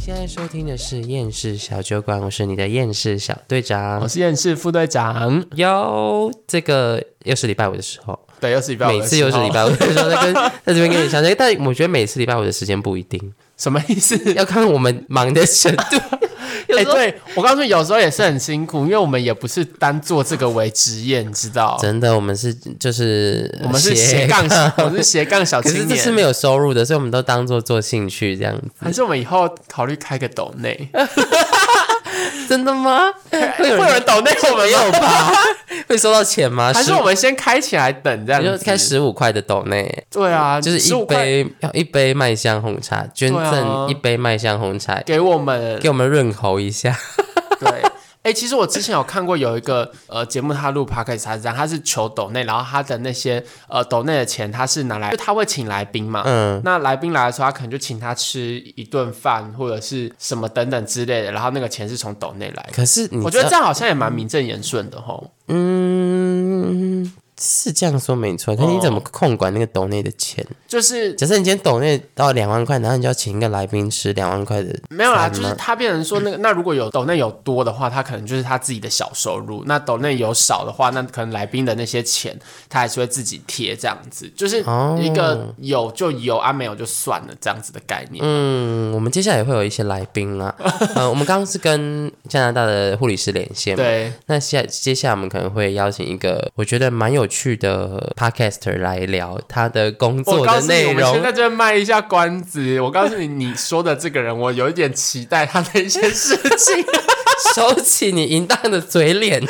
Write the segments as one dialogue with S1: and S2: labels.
S1: 现在收听的是厌世小酒馆，我是你的厌世小队
S2: 我
S1: 长。
S2: 是厌世副队长，
S1: 哟，这个又是礼拜五的时候，
S2: 对，又是礼拜五的
S1: 每次又是
S2: 时候
S1: 礼拜五的时候，在跟在这边跟你相见。但我觉得每次礼拜五的时间不一定，
S2: 什么意思？
S1: 要看我们忙的程度。有
S2: 哎、
S1: 时候
S2: 对我告诉你，有时候也是很辛苦，因为我们也不是单做这个为职业，你知道，
S1: 真的，我们是就是
S2: 我们是斜杠，我们是斜杠小
S1: 可是
S2: 青
S1: 这是
S2: 年。
S1: 没有收入的，所以我们都当做做兴趣这样子。
S2: 还是我们以后考虑开个抖 内，
S1: 真的吗？会哎
S2: 会
S1: 有
S2: 有人
S1: 人
S2: 抖内我们
S1: 没有吧？会收到钱吗？
S2: 还是
S1: 十
S2: 我们先开起来等这样
S1: 你就
S2: 子？
S1: 开十五块的豆内，
S2: 对啊，
S1: 就是
S2: 15
S1: 一
S2: 块
S1: 杯要一杯麦香红茶，捐
S2: 对啊
S1: 赠一杯麦香红茶，
S2: 给我们。
S1: 给我们润喉一下。
S2: 对，哎、其实我之前有看过有一个呃节目，他录 podcast 他是这样，他是求抖内，然后他的那些呃抖内的钱，他是拿来，就他会请来宾嘛，
S1: 嗯，
S2: 那来宾来的时候，他可能就请他吃一顿饭或者是什么等等之类的，然后那个钱是从抖内来的。
S1: 可是你
S2: 我
S1: 知
S2: 觉
S1: 道
S2: 得这样好像也蛮名正言顺的吼。
S1: 嗯是这样说没错，可是
S2: 哦
S1: 你怎么控管那个抖内的钱？
S2: 就是
S1: 假设你今天抖内到两万块，然后你就要请一个来宾吃两万块的，
S2: 没有啦，
S1: 惨
S2: 就
S1: 吗
S2: 是他变成说 那个，那如果有抖内有多的话，他可能就是他自己的小收入；那抖内有少的话，那可能来宾的那些钱，他还是会自己贴这样子，就是
S1: 哦
S2: 一个有就有啊，没有就算了这样子的概念。
S1: 嗯，我们接下来也会有一些来宾 啦。呃，我们刚刚是跟加拿大的护理师连线嘛，
S2: 对，
S1: 那下接下来我们可能会邀请一个我觉得蛮有趣的 podcaster 来聊他的工
S2: 我
S1: 作
S2: 告
S1: 的
S2: 诉你，
S1: 内
S2: 我们
S1: 容
S2: 现。在就卖一下关子。我告诉你，你说的这个人，我有一点期待他的一些事情，
S1: 收起你淫荡的嘴脸。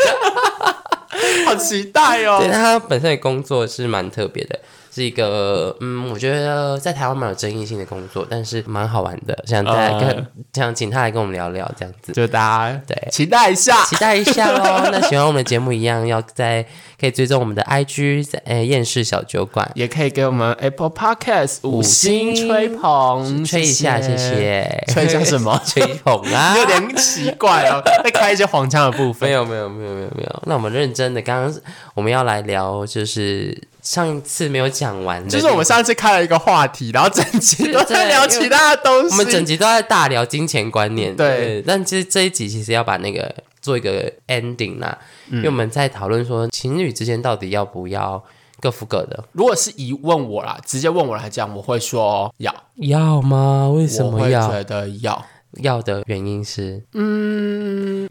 S2: 好期待
S1: 对，
S2: 哦。
S1: 他本身的工作是蛮特别的，是一个嗯，我觉得在台湾蛮有争议性的工作，但是蛮好玩的。想大
S2: 啊
S1: 家跟、想请他来跟我们聊聊这样子。
S2: 就大家
S1: 对
S2: 期待一下。
S1: 期待一下喽！那喜欢我们的节目一样，要在可以追踪我们的 IG，在呃厌世小酒馆
S2: 也可以给我们 Apple Podcast 五星吹捧，
S1: 吹一下，谢。谢。
S2: 嗯吹一下什么
S1: 吹捧啊！
S2: 你有点奇怪 哦，在开一些黄腔的部分
S1: 没。有没有没有没有没有。那我们认真的，刚刚我们要来聊，就是上一次没有讲完的，
S2: 就是我们上次开了一个话题，然后整集都在聊其他的东西。
S1: 我们整集都在大聊金钱观念，
S2: 对
S1: 但其实这一集其实要把那个做一个 ending 啦，因为我们在讨论说情侣之间到底要不要各付各的，
S2: 如果是疑问我啦，直接问我来讲，我会说要，
S1: 要吗？为什
S2: 嗯我
S1: 么
S2: 会
S1: 要？
S2: 觉得要。
S1: 要的原因是，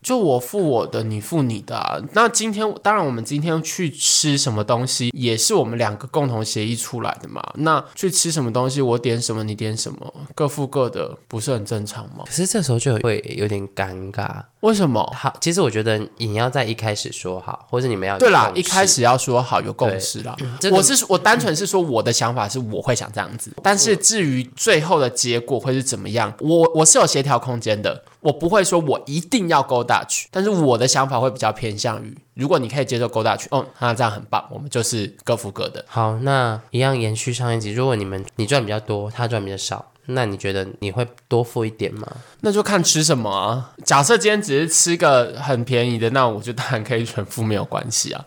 S2: 就我付我的，你付你的、啊。那今天当然，我们今天去吃什么东西，也是我们两个共同协议出来的嘛。那去吃什么东西，我点什么，你点什么，各付各的，不是很正常吗？
S1: 可是这时候就会有点尴尬。
S2: 为什么？
S1: 好，其实我觉得你要在一开始说好，或者你们要有
S2: 对啦，
S1: 共识嗯
S2: 一开始要说好有共识啦。
S1: 这个
S2: 我是我单纯是说我的想法是我会想这样子，但
S1: 嗯
S2: 是至于最后的结果会是怎么样，我我是有协调空间的，我不会说我一定要勾大去，但是我的想法会比较偏向于，如果你可以接受勾大去，哦，那这样很棒，我们就是各付各的。
S1: 好，那一样延续上一集，如果你们你赚比较多，他赚比较少，那你觉得你会多付一点吗？
S2: 那就看吃什么啊。假设今天只是吃个很便宜的，那我就当然可以全付，没有关系啊。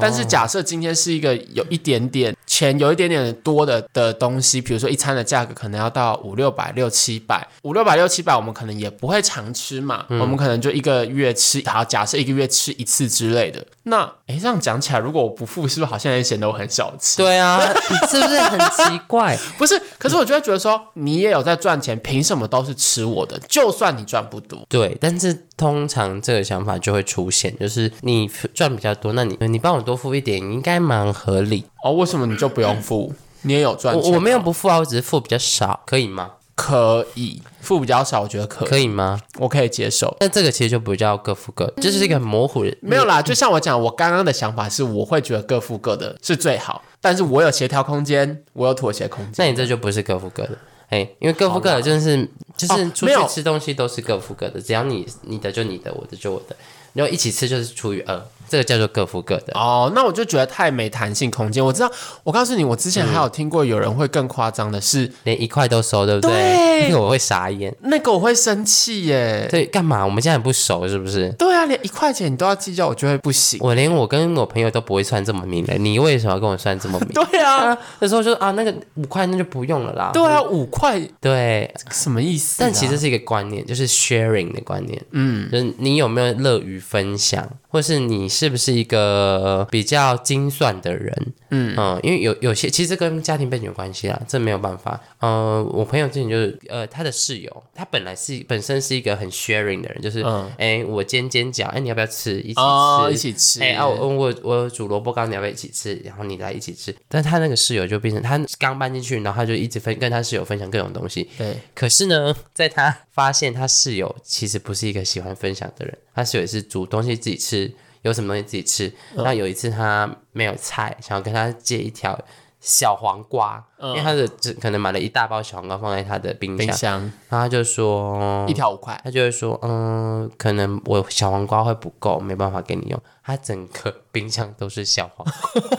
S2: 但是假设今天是一个有一点点钱有一点点多的的东西，比如说一餐的价格可能要到五六百、六七百、五六百、六七百，我们可能也不会常吃嘛，我们可能就一个月吃，好，假设一个月吃一次之类的。那诶，这样讲起来，如果我不付，是不是好像也显得我很小气？
S1: 对啊， 是不是很奇怪？
S2: 不是，可是我就会觉得说，你也有在赚钱，凭什么都是吃我的？就算你赚不多，
S1: 对，但是通常这个想法就会出现，就是你赚比较多，那你你帮我多付一点，应该蛮合理。
S2: 哦，为什么你就不用付？你也有赚
S1: 我
S2: 钱哦
S1: 我没有不付啊，我只是付比较少，可以吗？
S2: 可以付比较少，我觉得可以，
S1: 可以吗？
S2: 我可以接受。
S1: 那这个其实就不叫各付各，这就是一个很模糊的。
S2: 嗯没有啦，就像我讲，我刚刚的想法是，我会觉得各付各的是最好，但是我有协调空间，我有妥协空
S1: 那
S2: 间。
S1: 你这就不是各付各的，哎、因为各付各的真的是就是
S2: 哦
S1: 出
S2: 没有
S1: 去吃东西都是各付各的，只要你你的就你的，我的就我的，然后一起吃就是除以二，这个叫做各付各的。
S2: 哦，那我就觉得太没弹性空间。我知道，我告诉你，我之前还有听过有人会更夸张的是，
S1: 连一块都收，对不
S2: 对
S1: 对？那个 我会傻眼。
S2: 那个我会生气耶。
S1: 对，干嘛？我们现在很不熟是不是？
S2: 对啊，连一块钱你都要计较，我就会不行。
S1: 我连我跟我朋友都不会算这么明的，你为什么要跟我算这么明？
S2: 对啊，
S1: 啊，那时候就啊，那个五块那就不用了啦。
S2: 对啊，五块
S1: 对，
S2: 什么意思啊、
S1: 但其实是一个观念，就是 sharing 的观念。嗯，就是你有没有乐于分享，或是你是不是一个比较精算的人？嗯因为有有些其实跟家庭背景有关系啦，这没有办法。呃，我朋友之前就是呃，他的室友，他本来是本身是一个很 sharing 的人，就是哎、
S2: 嗯
S1: 我煎煎饺，哎、你要不要吃？一起吃。
S2: 哦，一起吃。
S1: 哎、啊，我我我煮萝卜干，你要不要一起吃？然后你来一起吃。但他那个室友就变成他刚搬进去，然后他就一直分跟他室友分享各种东西，
S2: 对，
S1: 可是呢，在他发现他室友其实不是一个喜欢分享的人，他室友也是煮东西自己吃，有什么东西自己吃。然后有一次他没有菜，想要跟他借一条小黄瓜，因为他的只可能买了一大包小黄瓜放在他的冰箱，
S2: 冰箱
S1: 然后他就说
S2: 一。条五块，
S1: 他就会说，嗯，可能我小黄瓜会不够，没办法给你用。他整个 冰箱都是小黄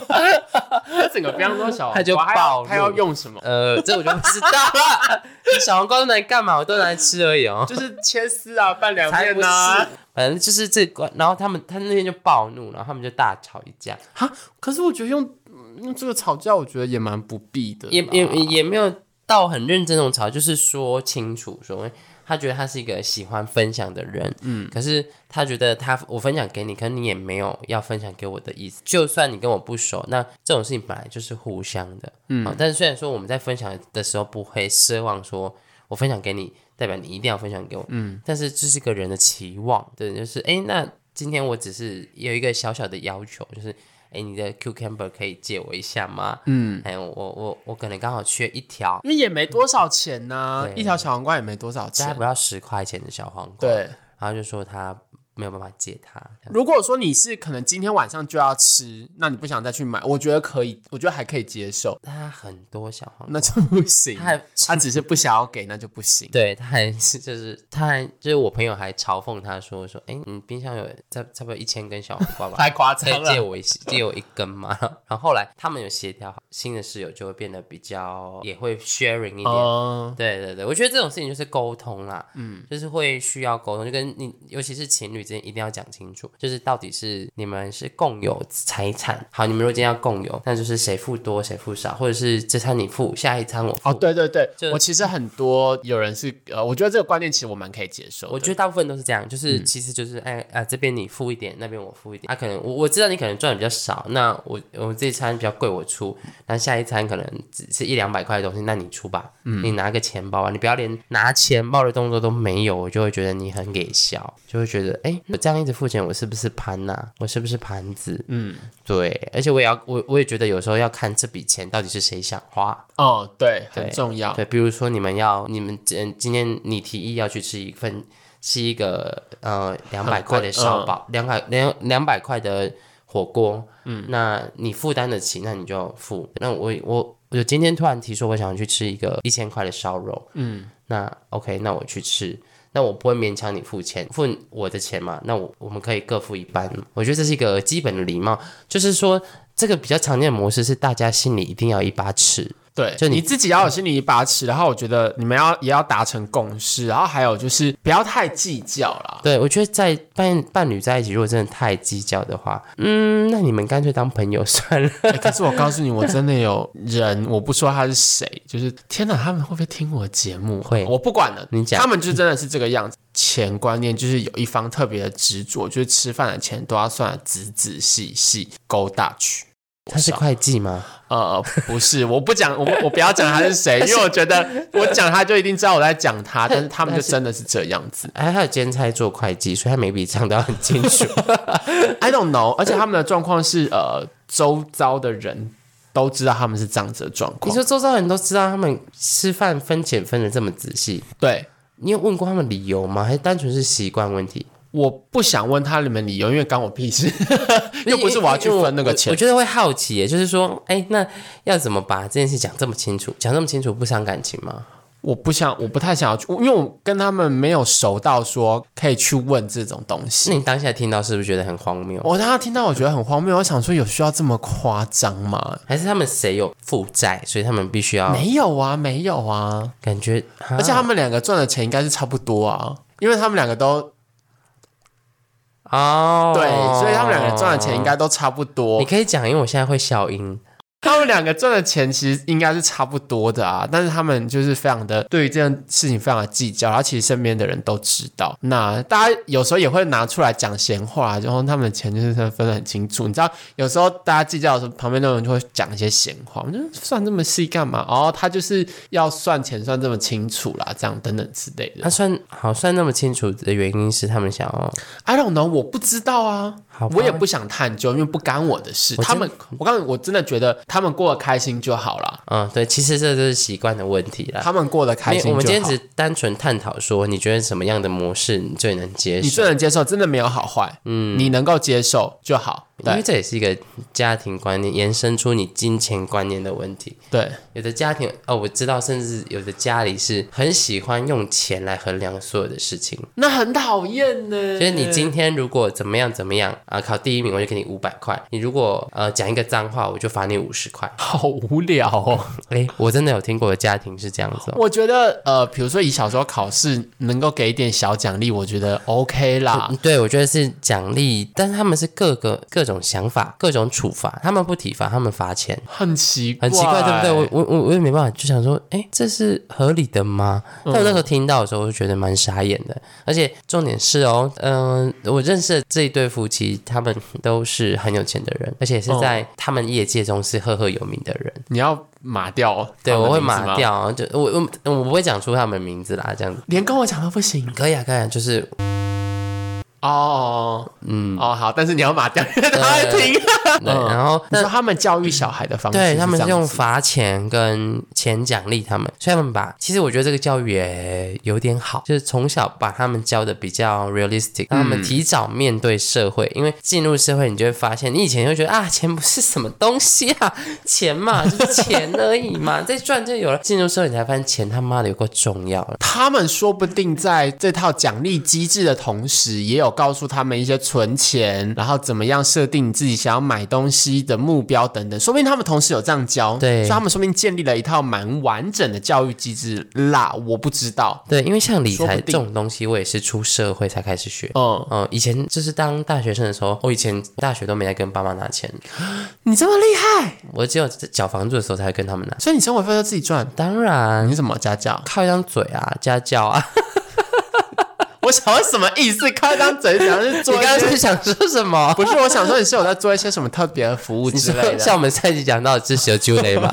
S1: 瓜，
S2: 他整个冰箱多小
S1: 他就
S2: 他
S1: 暴
S2: 要
S1: 怒
S2: 他要用什么？
S1: 呃，这我就不知道了。 小黄瓜都拿来干嘛？我都拿来吃而已哦。
S2: 就是切丝啊，拌凉
S1: 才
S2: 面啊
S1: 不是
S2: 呐、，
S1: 反正就是这关，然后他们他那天就暴怒，然后他们就大吵一架，
S2: 哈，可是我觉得用用这个吵架，我觉得也蛮不必的啦。
S1: 也也也没有到很认真那种吵，就是说清楚说，哎他觉得他是一个喜欢分享的人，嗯，可是他觉得他我分享给你，可能你也没有要分享给我的意思，就算你跟我不熟，那这种事情本来就是互相的，嗯，但是虽然说我们在分享的时候不会奢望说我分享给你，代表你一定要分享给我。嗯，但是这是个人的期望，对，就是哎，诶那今天我只是有一个小小的要求，就是哎，你的 cucumber 可以借我一下吗？嗯，哎，我我我可能刚好缺一条，
S2: 因为也没多少钱呐、
S1: 对
S2: 一条小黄瓜也没多少
S1: 大
S2: 钱。
S1: 不要十块钱的小黄瓜，，
S2: 对，
S1: 然后就说他没有办法借他，这样
S2: 如果说你是可能今天晚上就要吃，那你不想再去买，我觉得可以，我觉得还可以接受，
S1: 他很多小黄瓜，
S2: 那就不行
S1: 他。还
S2: 他只是不想要给，那就不行。
S1: 对，他还是就是他还就是我朋友还嘲讽他说说，哎，你冰箱有差差不多一千根小黄瓜吧？
S2: 太夸
S1: 再
S2: 张
S1: 借
S2: 了。
S1: 我一些借我一根嘛。 然后后来他们有协调好，新的室友就会变得比较也会 sharing 一点。
S2: 哦，
S1: 对对对，我觉得这种事情就是沟通啦，嗯，就是会需要沟通，就跟你，尤其是情侣之间一定要讲清楚，就是到底是你们是共有财产，好，你们如果今天要共有，那就是谁付多谁付少，或者是这餐你付，下一餐我付。
S2: 哦，对对对
S1: 就，
S2: 我其实很多有人是呃，我觉得这个观念其实我蛮可以接受的。
S1: 我觉得大部分都是这样，就是其实就是哎啊、这边你付一点，那边我付一点。啊，可能我我知道你可能赚的比较少，那我我这一餐比较贵我出，那下一餐可能只是一两百块的东西，那你出吧，你拿个钱包啊，你不要连拿钱包的动作都没有，我就会觉得你很给笑，就会觉得哎、我这样一直付钱，我是不是盘呐、我是不是盘子？嗯，对，而且我也要我我也觉得有时候要看这笔钱到底是谁想花，
S2: 哦，对，
S1: 对
S2: 很重要。
S1: 对，比如说你们要，你们今今天你提议要去吃一份，吃一个呃两百
S2: 很贵
S1: 块的烧烤，两百两两百块的火锅，嗯，那你负担得起，那你就付。那我我我今天突然提说我想要去吃一个一千块的烧肉，嗯，那 OK，那我去吃。那我不会勉强你付钱，付我的钱嘛？那我我们可以各付一半。我觉得这是一个基本的礼貌，就是说这个比较常见的模式是大家心里一定要一把尺，
S2: 对，
S1: 就
S2: 就
S1: 你
S2: 你自己要有心里一把尺，然后我觉得你们要也要达成共识，然后还有就是不要太计较啦。
S1: 对，我觉得在伴伴侣在一起，如果真的太计较的话，嗯，那你们干脆当朋友 算了。
S2: 欸可是我告诉你，我真的有人，我不说他是谁，就是天哪，他们会不会听我的节目？
S1: 会
S2: 我不管了。
S1: 你讲
S2: 他们就真的是这个样子。钱观念就是有一方特别的执着，就是吃饭的钱都要算得仔仔细细，勾大去。
S1: 他是会计吗？
S2: 呃，不是，我不讲，我不我不要讲他 是谁，因为我觉得我讲他就一定知道我在讲他，但是他们就真的是这样子。
S1: 哎，他有兼差做会计，所以他每笔账都要很清楚。
S2: I don't know，而且他们的状况是呃，周遭的人都知道他们是这样子的状
S1: 你
S2: 况。
S1: 说周遭人都知道他们吃饭分钱分的这么仔细，
S2: 对，
S1: 你有问过他们理由吗？还是单纯是习惯问题？
S2: 我不想问他你们理由，因为干我屁事，又不是我要去分那个
S1: 我
S2: 钱
S1: 我。觉得会好奇耶，就是说，哎，那要怎么把这件事讲这么清楚？讲这么清楚不伤感情吗？
S2: 我不想，我不太想要去，我因为我跟他们没有熟到说可以去问这种东
S1: 那
S2: 西。
S1: 你当下听到是不是觉得很荒谬？
S2: 我当时听到，我觉得很荒谬，我想说有需要这么夸张吗？
S1: 还是他们谁有负债，所以他们必须要
S2: 没有啊，没有啊，
S1: 感觉，啊
S2: 而且他们两个赚的钱应该是差不多啊，因为他们两个都
S1: 哦，
S2: 对，所以他们两个赚的钱应该都差不多
S1: 你。可以讲，因为我现在会消音。
S2: 他们两个赚的钱其实应该是差不多的啊，但是他们就是非常的对于这件事情非常的计较，然后其实身边的人都知道。那大家有时候也会拿出来讲闲话，然后他们的钱就是分得很清楚。你知道，有时候大家计较的时候，旁边的人就会讲一些闲话，我就算这么细干嘛？哦，他就是要算钱算这么清楚啦，这样等等之类
S1: 他
S2: 的。
S1: 算好算那么清楚的原因是他们想要，
S2: I don't know，我不知道啊。
S1: 好吧
S2: 我也不想探究，因为不干我的事。
S1: 我真
S2: 他们，我告诉你，我真的觉得他们过得开心就好啦。
S1: 嗯，对，其实这就是习惯的问题啦。
S2: 他们过得开
S1: 没
S2: 心就好。
S1: 我们今天只单纯探讨说，你觉得什么样的模式你最能接
S2: 你
S1: 受
S2: 最？能接受，真的没有好坏，嗯，你能够接受就好。
S1: 因为
S2: 对
S1: 这也是一个家庭观念延伸出你金钱观念的问题。
S2: 对，
S1: 有的家庭哦，我知道，甚至有的家里是很喜欢用钱来衡量所有的事情。
S2: 那很讨厌呢。
S1: 就是你今天如果怎么样怎么样啊、考第一名我就给你五百块；你如果呃讲一个脏话，我就罚你五十块。
S2: 好无聊哦。
S1: 诶，我真的有听过的家庭是这样子、哦。
S2: 我觉得呃，比如说以小时候考试能够给一点小奖励，我觉得 OK 啦
S1: 嗯。对，我觉得是奖励，但是他们是各个各种想法、各种处罚，他们不体罚，他们罚钱，
S2: 很奇怪，
S1: 很奇怪，对不对？我我我我也没办法，就想说，诶，这是合理的吗？但我那时候听到的时候，我就觉得蛮傻眼的。而且重点是哦，嗯、我认识的这一对夫妻，他们都是很有钱的人，而且是在他们业界中是赫赫有名的人。
S2: 你要码掉，
S1: 对，我会码。掉，就我我我不会讲出他们名字啦，这样子
S2: 连跟我讲都不行
S1: 可以啊，可以啊，就是
S2: 哦，嗯，哦好，但是你要码掉，因为 他会听。
S1: 对，然后
S2: 你
S1: 那
S2: 说他们教育小孩的方式是这
S1: 对
S2: 样子，
S1: 他们是用罚钱跟钱奖励他们，所以他们把其实我觉得这个教育也有点好，就是从小把他们教的比较
S2: 嗯
S1: realistic，让他们提早面对社会，因为进入社会你就会发现，你以前就觉得啊钱不是什么东西啊， 钱嘛就是钱而已 嘛，再赚就有了。进入社会你才发现钱他妈的有够重要了。
S2: 他们说不定在这套奖励机制的同时，也有告诉他们一些存钱，然后怎么样设定你自己想要买东西的目标等等。说不定他们同时有这样教，
S1: 对
S2: 所以他们说不定建立了一套蛮完整的教育机制啦。我不知道，
S1: 对，因为像理
S2: 说不
S1: 财
S2: 定
S1: 这种东西，我也是出社会才开始学。
S2: 嗯，
S1: 嗯，以前就是当大学生的时候，哦我以前大学都没来跟爸妈拿钱，
S2: 你这么厉害，
S1: 我只有缴房租的时候才会跟他们拿。
S2: 所以你生活费都自己赚。
S1: 当然
S2: 你，怎么家教？
S1: 靠一张嘴啊，家教 啊。
S2: 我想问什么意思？开张嘴想是
S1: 你
S2: 做一
S1: 刚刚
S2: 些
S1: 是想说什么？
S2: 不是？我想说你是有在做一些什么特别的服务
S1: 你
S2: 之
S1: 说
S2: 类的？
S1: 像我们上一集讲到的知识有纠雷吗？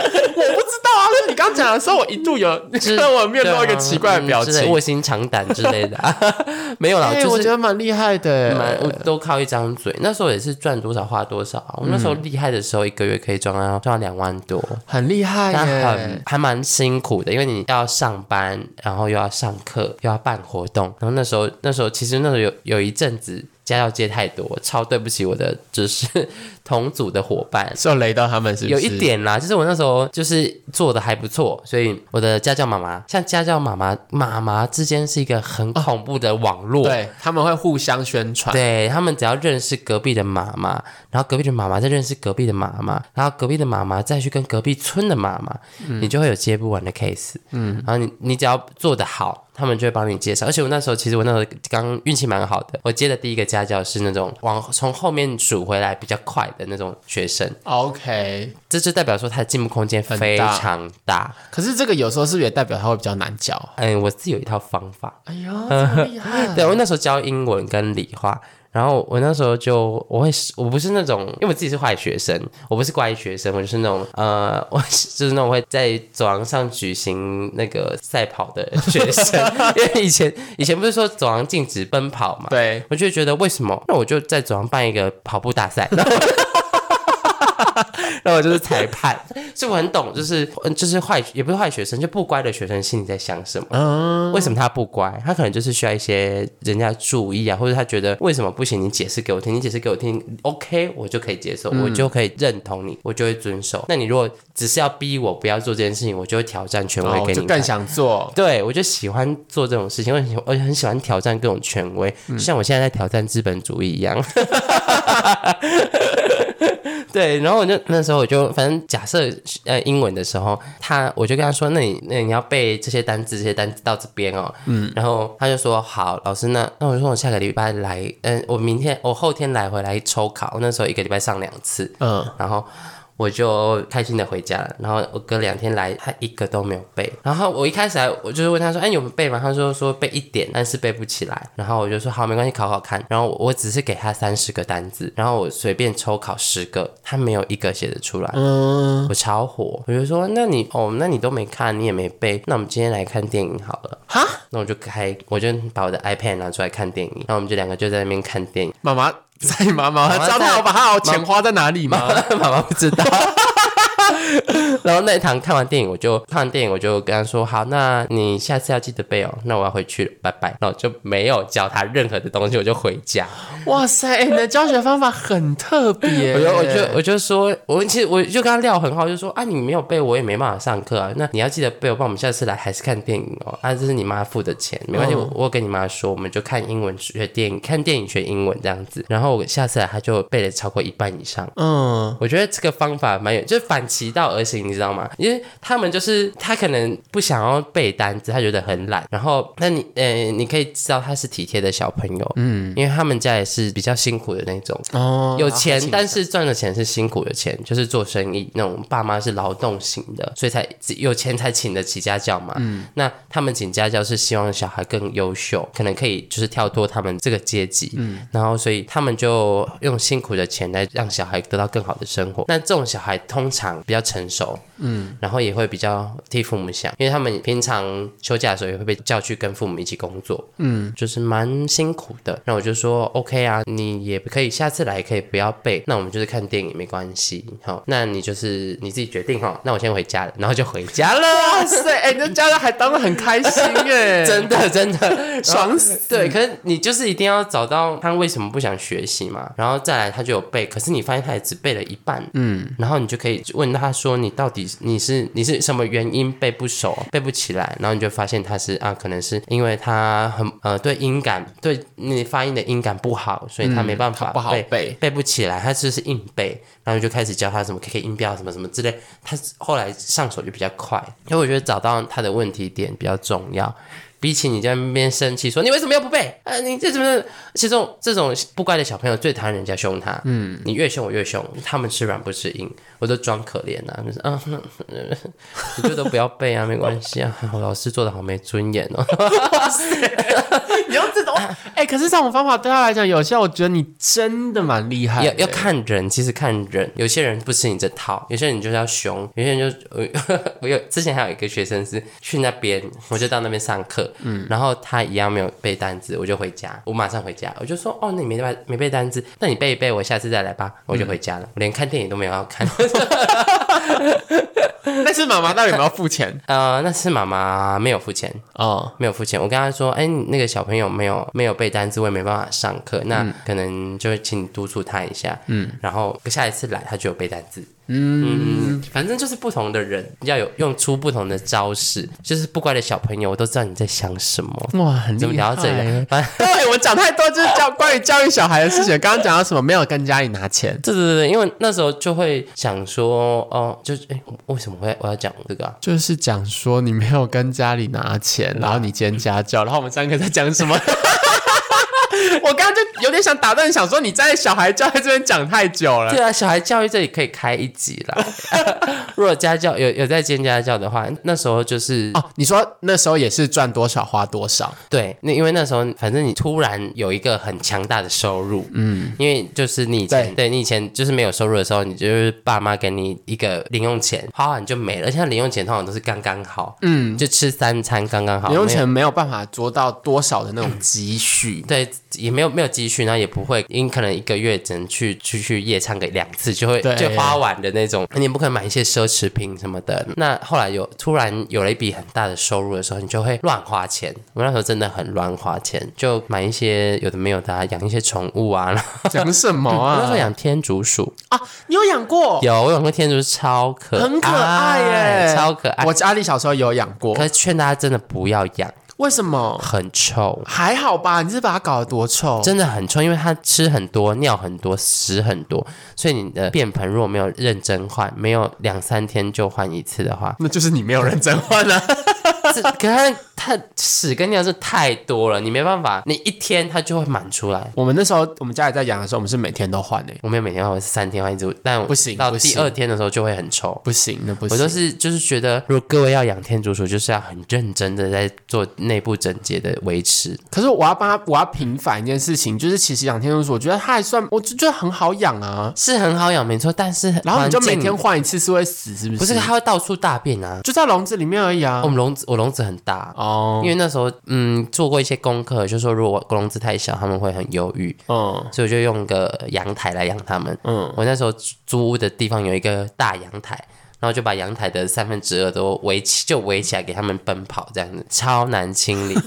S2: 我不知道啊，你刚讲的时候，我一度有，你
S1: 知
S2: 看 我面露一个奇怪的表
S1: 对啊嗯之类
S2: 情。
S1: 卧薪尝胆之类的、 啊，没有啦，
S2: 哎、
S1: 就
S2: 我
S1: 是
S2: 觉得蛮厉害的，
S1: 蛮我都靠一张嘴。那时候也是赚多少花多少啊，我那时
S2: 嗯
S1: 候厉害的时候，一个月可以赚到赚到两万多。
S2: 很厉害
S1: 但
S2: 耶
S1: 很。还蛮辛苦的，因为你要上班，然后又要上课，又要办活动，然后那时候那时候其实那时候有有一阵子家教接太多，超对不起我的就是同组的伙伴。
S2: 是有雷到他们是不
S1: 有
S2: 是？
S1: 一点啦，就是我那时候就是做的还不错，所以我的家教妈妈，像家教妈妈妈妈之间是一个很恐怖的网络，
S2: 对，他们会互相宣传。
S1: 对他们只要认识隔壁的妈妈，然后隔壁的妈妈再认识隔壁的妈妈，然后隔壁的妈妈再去跟隔壁村的妈妈，
S2: 嗯
S1: 你就会有接不完的 case。嗯，然后你你只要做得好，他们就会帮你介绍。而且我那时候其实我那时候刚运气蛮好的，我接的第一个家教是那种往从后面数回来比较快的那种学生，
S2: OK，
S1: 这就代表说他的进步空间
S2: 很
S1: 非
S2: 大
S1: 常大。
S2: 可是这个有时候是不是也代表他会比较难教？
S1: 嗯，我自己有一套方法，
S2: 哎 呦，这么厉害！
S1: 对，我那时候教英文跟理化，然后我那时候就我会我不是那种，因为我自己是坏学生，我不是乖学生，我就是那种呃，我是就是那种会在走廊上举行那个赛跑的学生，因为以前以前不是说走廊禁止奔跑嘛，
S2: 对，
S1: 我就觉得为什么？那我就在走廊办一个跑步大赛。然后那我就是裁判，所以我很懂，就是嗯就是坏也不是坏学生，就不乖的学生心里在想什么。
S2: 嗯，
S1: 为什么他不乖？他可能就是需要一些人家注意啊，或者他觉得为什么不行？你解释给我听，你解释给我听，OK，我就可以接受，
S2: 嗯
S1: 我就可以认同你，我就会遵守。那你如果只是要逼我不要做这件事情，我就会挑战权威
S2: 哦
S1: 给
S2: 就
S1: 你看。
S2: 更想做，
S1: 对，我就喜欢做这种事情，我很喜欢，而且很喜欢挑战各种权威，就像我现在在挑战资本主义一样。 对，然后我就那时候我就反正假设呃英文的时候，他我就跟他说，那你那你要背这些单字，这些单字到这边哦，嗯，然后他就说好，老师那那我就说我下个礼拜来，嗯、我明天我后天来回来抽考，我那时候一个礼拜上两次，
S2: 嗯，
S1: 然后我就开心的回家了。然后我隔两天来，他一个都没有背。然后我一开始还我就是问他说：“哎，你有没有背吗？”他说：“说背一点，但是背不起来。”然后我就说：“好，没关系，考考看。”然后我我只是给他三十个单字，然后我随便抽考十个，他没有一个写得出来。
S2: 嗯，
S1: 我超火，我就说：“那你哦，那你都没看，你也没背，那我们今天来看电影好了。”
S2: 哈，
S1: 那我就开，我就把我的 iPad 拿出来看电影，然后我们就两个就在那边看电影。
S2: 妈妈在妈妈
S1: 妈
S2: 知道
S1: 在
S2: 她有把她有钱花在哪里吗？
S1: 妈妈不知道。然后那一堂看完电影，我就看完电影，我就跟他说：“好，那你下次要记得背哦。”那我要回去了，拜拜。然后就没有教他任何的东西，我就回家。
S2: 哇塞，哎你的教学方法很特别，
S1: 我就我就我就说，我其实我就跟他聊很好，就说：“啊，你没有背，我也没办法上课啊。那你要记得背哦，不然我们下次来还是看电影哦。啊，这是你妈付的钱，没关系，
S2: 嗯
S1: 我我有跟你妈说，我们就看英文学电影，看电影学英文这样子。然后我下次来，他就背了超过一半以上。”
S2: 嗯，
S1: 我觉得这个方法蛮有，就是反其道而行，你知道吗？因为他们就是他可能不想要背单词，他觉得很懒。然后，那你呃，你可以知道他是体贴的小朋友，嗯，因为他们家也是比较辛苦的那种，
S2: 哦，
S1: 有钱，但是赚的钱是辛苦的钱，就是做生意那种，爸妈是劳动型的，所以才有钱才请得起家教嘛。嗯，那他们请家教是希望小孩更优秀，可能可以就是跳脱他们这个阶级，嗯，然后所以他们就用辛苦的钱来让小孩得到更好的生活。那这种小孩通常比较成熟，嗯，然后也会比较替父母想，因为他们平常休假的时候也会被叫去跟父母一起工作，嗯就是蛮辛苦的。然后我就说 OK 啊，你也可以下次来可以不要背，那我们就是看电影没关系。好，那你就是你自己决定哈。那我先回家了，然后就回家 了。
S2: 哇塞，哎，你的教授还当的很开心 哎，
S1: 真的真的
S2: 爽死。
S1: 对，可是你就是一定要找到他为什么不想学习嘛，然后再来他就有背，可是你发现他也只背了一半，嗯，然后你就可以问他说你到底你是你是什么原因背不熟，背不起来，然后你就发现他是啊，可能是因为他很呃对音感对你发音的音感不好，所以他没办法
S2: 他不好
S1: 背
S2: 背
S1: 背不起来，他就是硬背，然后就开始教他什么 KK 音标什么什么之类，他后来上手就比较快，因为我觉得找到他的问题点比较重要。比起你在那边生气说你为什么又不背？啊，你这怎么？其实这种这种不乖的小朋友最讨厌人家凶他。嗯，你越凶我越凶，他们吃软不吃硬，我都装可怜啊，就是 啊，嗯嗯你就都不要背啊，没关系啊， 我老师做的好没尊严哦。
S2: 你用这种，
S1: 啊
S2: 哎、可是这种方法对他来讲有效，我觉得你真的蛮厉害的
S1: 要要看人，其实看人，有些人不吃你这套，有些人就是要凶，有些人就 我我有之前还有一个学生是去那边，我就到那边上课，嗯，然后他一样没有背单词，我就回家，我马上回家，我就说哦，那你没背没背单词，那你背一背，我下次再来吧，我就回家了，我连看电影都没有要看，
S2: 但是妈妈到底有没有付钱？
S1: 呃，那次妈妈没有付钱，
S2: 哦，
S1: 没有付钱，我跟他说，哎、你那个小朋友没有没有背单词，我也没办法上课，那可能就请你督促他一下，嗯，然后下一次来他就有背单词，嗯，反正就是不同的人要有用出不同的招式，就是不乖的小朋友，我都知道你在想什么。
S2: 哇，很厉害。哎
S1: 怎么聊到这里？啊反正
S2: 对我讲太多就是教关于教育小孩的事情。刚刚讲到什么？没有跟家里拿钱，
S1: 对对对对，因为那时候就会想说，哦，就是哎、为什么会我要讲这个啊？
S2: 就是讲说你没有跟家里拿钱，
S1: 嗯
S2: 然后你今天家教，然后我们三个在讲什么？ 我刚刚就有点想打断，想说你在小孩教育这边讲太久了
S1: 对。啊，小孩教育这里可以开一集啦。 如果家教有有在兼家教的话，那时候就是
S2: 哦，你说那时候也是赚多少花多少？
S1: 对，那因为那时候反正你突然有一个很强大的收入，嗯，因为就是你以前对你以前就是没有收入的时候，你就是爸妈给你一个零用钱，花完就没了，而且那零用钱通常都是刚刚好，嗯，就吃三餐刚刚好，
S2: 零用
S1: 没有。
S2: 钱没有办法做到多少的那种积蓄，
S1: 对也没有没有积蓄，然后也不会，因为可能一个月只能去去去夜唱个两次，就会
S2: 对
S1: 就花完的那种。你也不可能买一些奢侈品什么的。那后来有突然有了一笔很大的收入的时候，你就会乱花钱。我那时候真的很乱花钱，就买一些有的没有的、啊，养一些宠物啊。 然后
S2: 讲什么
S1: 嗯我那时候
S2: 啊？
S1: 养天竺鼠，
S2: 啊，你有养过？
S1: 有我养过天竺鼠，超可
S2: 很可爱耶
S1: 超可爱。
S2: 我家里小时候有养过
S1: 可，是劝大家真的不要养，
S2: 为什么？
S1: 很臭。
S2: 还好吧，你是把它搞得多臭？
S1: 真的很臭，因为它吃很多、尿很多、屎很多，所以你的便盆如果没有认真换，没有两三天就换一次的
S2: ，
S1: 话
S2: 那就是你没有认真换 啊。
S1: 这可是它它屎跟尿是太多了，你没办法，你一天它就会满出来。
S2: 我们那时候我们家里在养的时候，我们是每天都换诶、
S1: 我没有每天换，我是三天换一次，但我
S2: 不行
S1: 到
S2: 不
S1: 第
S2: 行
S1: 二天的时候就会很臭。
S2: 不行，那不
S1: 我都
S2: 行。
S1: 是就是觉得，如果各位要养天竺鼠，就是要很认真的在做内部整洁的维持。
S2: 可是我要帮他，我要平反一件事情，就是其实养天竺鼠，我觉得它还算，我就觉得很好养啊。
S1: 是很好养，没错，但是
S2: 然后你就每
S1: 环
S2: 天
S1: 境
S2: 换一次是会死，是不是？
S1: 不是它会到处大便啊。
S2: 就在笼子里面而已啊
S1: 我。们笼子我笼子很大，
S2: 哦，
S1: 因为那时候嗯做过一些功课，就说如果笼子太小，他们会很忧郁，
S2: 嗯
S1: 所以我就用个阳台来养他们。
S2: 嗯，
S1: 我那时候租屋的地方有一个大阳台，然后就把阳台的三分之二都围起，就围起来给他们奔跑，这样子超难 清理，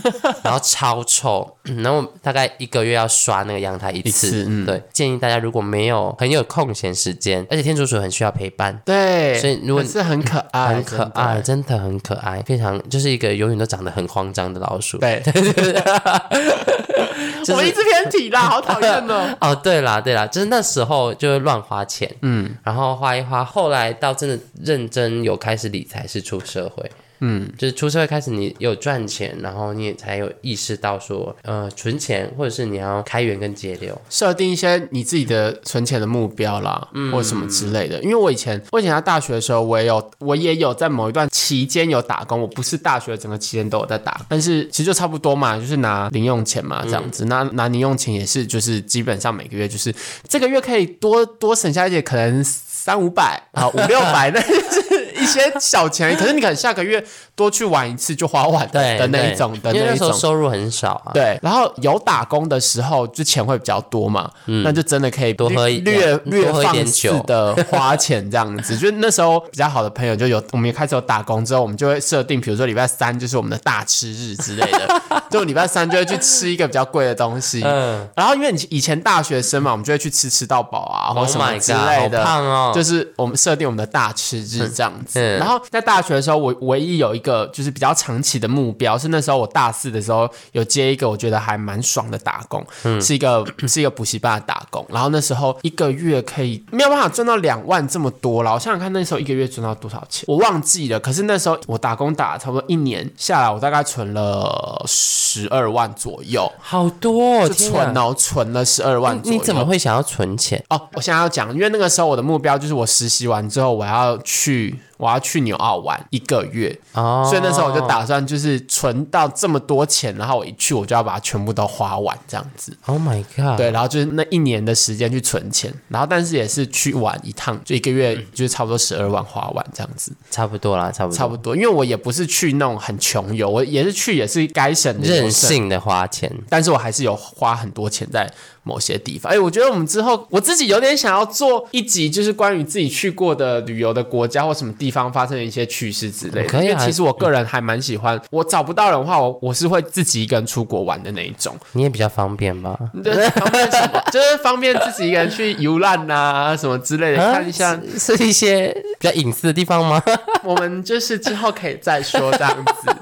S1: 然后超臭，嗯然后大概一个月要刷那个阳台一次。
S2: 一次嗯
S1: 对，建议大家如果没有很有空闲时间，而且天竺鼠很需要陪伴，
S2: 对。
S1: 所以如果
S2: 可是很可爱，
S1: 很可
S2: 真的
S1: 爱，。真的很可爱，非常就是一个永远都长得很慌张的老鼠。
S2: 对，
S1: 就是
S2: 我们一直偏题啦，好讨厌哦。
S1: 哦，对啦，对啦，就是那时候就会乱花钱，嗯，然后花一花，后来到真的认真有开始理财，是出社会，嗯，就是出社会开始你有赚钱，然后你也才有意识到说，呃，存钱或者是你要开源跟节流，
S2: 设定一些你自己的存钱的目标啦，
S1: 嗯
S2: 或什么之类的。因为我以前，我以前在大学的时候，我也有，我也有在某一段期间有打工，我不是大学整个期间都有在打，但是其实就差不多嘛，就是拿零用钱
S1: 嗯
S2: 嘛，这样子。那拿零用钱也是，就是基本上每个月就是这个月可以多多省下一点，可能三五百 啊，五六百，那就是一些小钱。可是你可能下个月多去玩一次就花完了
S1: 对
S2: 的那一种的
S1: 对因为
S2: 那
S1: 那
S2: 一
S1: 时候
S2: 种。
S1: 收入很少啊，
S2: 对，然后有打工的时候，就钱会比较多嘛，那就真的可以
S1: 嗯多喝一
S2: 略
S1: 多
S2: 略
S1: 喝一
S2: 放
S1: 点
S2: 肆
S1: 酒
S2: 的花钱这样子。 就是那时候比较好的朋友就有，我们也开始有打工之后，我们就会设定，比如说礼拜三就是我们的大吃日之类 的，就礼拜三就会去吃一个比较贵的东西。
S1: 嗯
S2: 然后因为你以前大学生嘛，我们就会去吃吃到饱啊，或
S1: Oh
S2: 什么
S1: my
S2: 之
S1: God，
S2: 类
S1: 好
S2: 的。
S1: 胖哦
S2: 就是我们设定我们的大吃日这样子。
S1: 嗯
S2: 然后在大学的时候，我唯一有一个就是比较长期的目标，是那时候我大四的时候有接一个我觉得还蛮爽的打工，是一个嗯 是一个补习班的打工。然后那时候一个月可以没有办法赚到两万这么多了，我想想看那时候一个月赚到多少钱，我忘记了。可是那时候我打工打差不多一年下来，我大概存了十二万左右。
S1: 好多、哦，
S2: 就
S1: 天
S2: 存
S1: 哪
S2: 哦，存了十二万左
S1: 你
S2: 右。
S1: 你怎么会想要存钱？
S2: 哦，我现在要讲，因为那个时候我的目标就是我实习完之后我要去我要去纽澳玩一个月，
S1: 哦，
S2: 所以那时候我就打算就是存到这么多钱，然后我一去我就要把它全部都花完这样子。
S1: ，Oh my god，
S2: 对，然后就是那一年的时间去存钱，然后但是也是去玩一趟，就一个月就是差不多十二万花完这样子，
S1: 差不多啦，差不多，
S2: 差不多。因为我也不是去那种很穷游，我也是去也是该省的
S1: 任
S2: 有省
S1: 性的花钱，
S2: 但是我还是有花很多钱在某些地方。哎、我觉得我们之后我自己有点想要做一集，就是关于自己去过的旅游的国家或什么地方发生的一些趣事之类的。
S1: 可以啊
S2: 因为其实我个人还蛮喜欢，我找不到人的话，我我是会自己一个人出国玩的那一种，
S1: 你也比较方便吧？
S2: 就是方便什么，就是方便自己一个人去游览呐什么之类的，
S1: 啊
S2: 看一下。
S1: 是是一些比较隐私的地方吗？
S2: 我们就是之后可以再说这样子。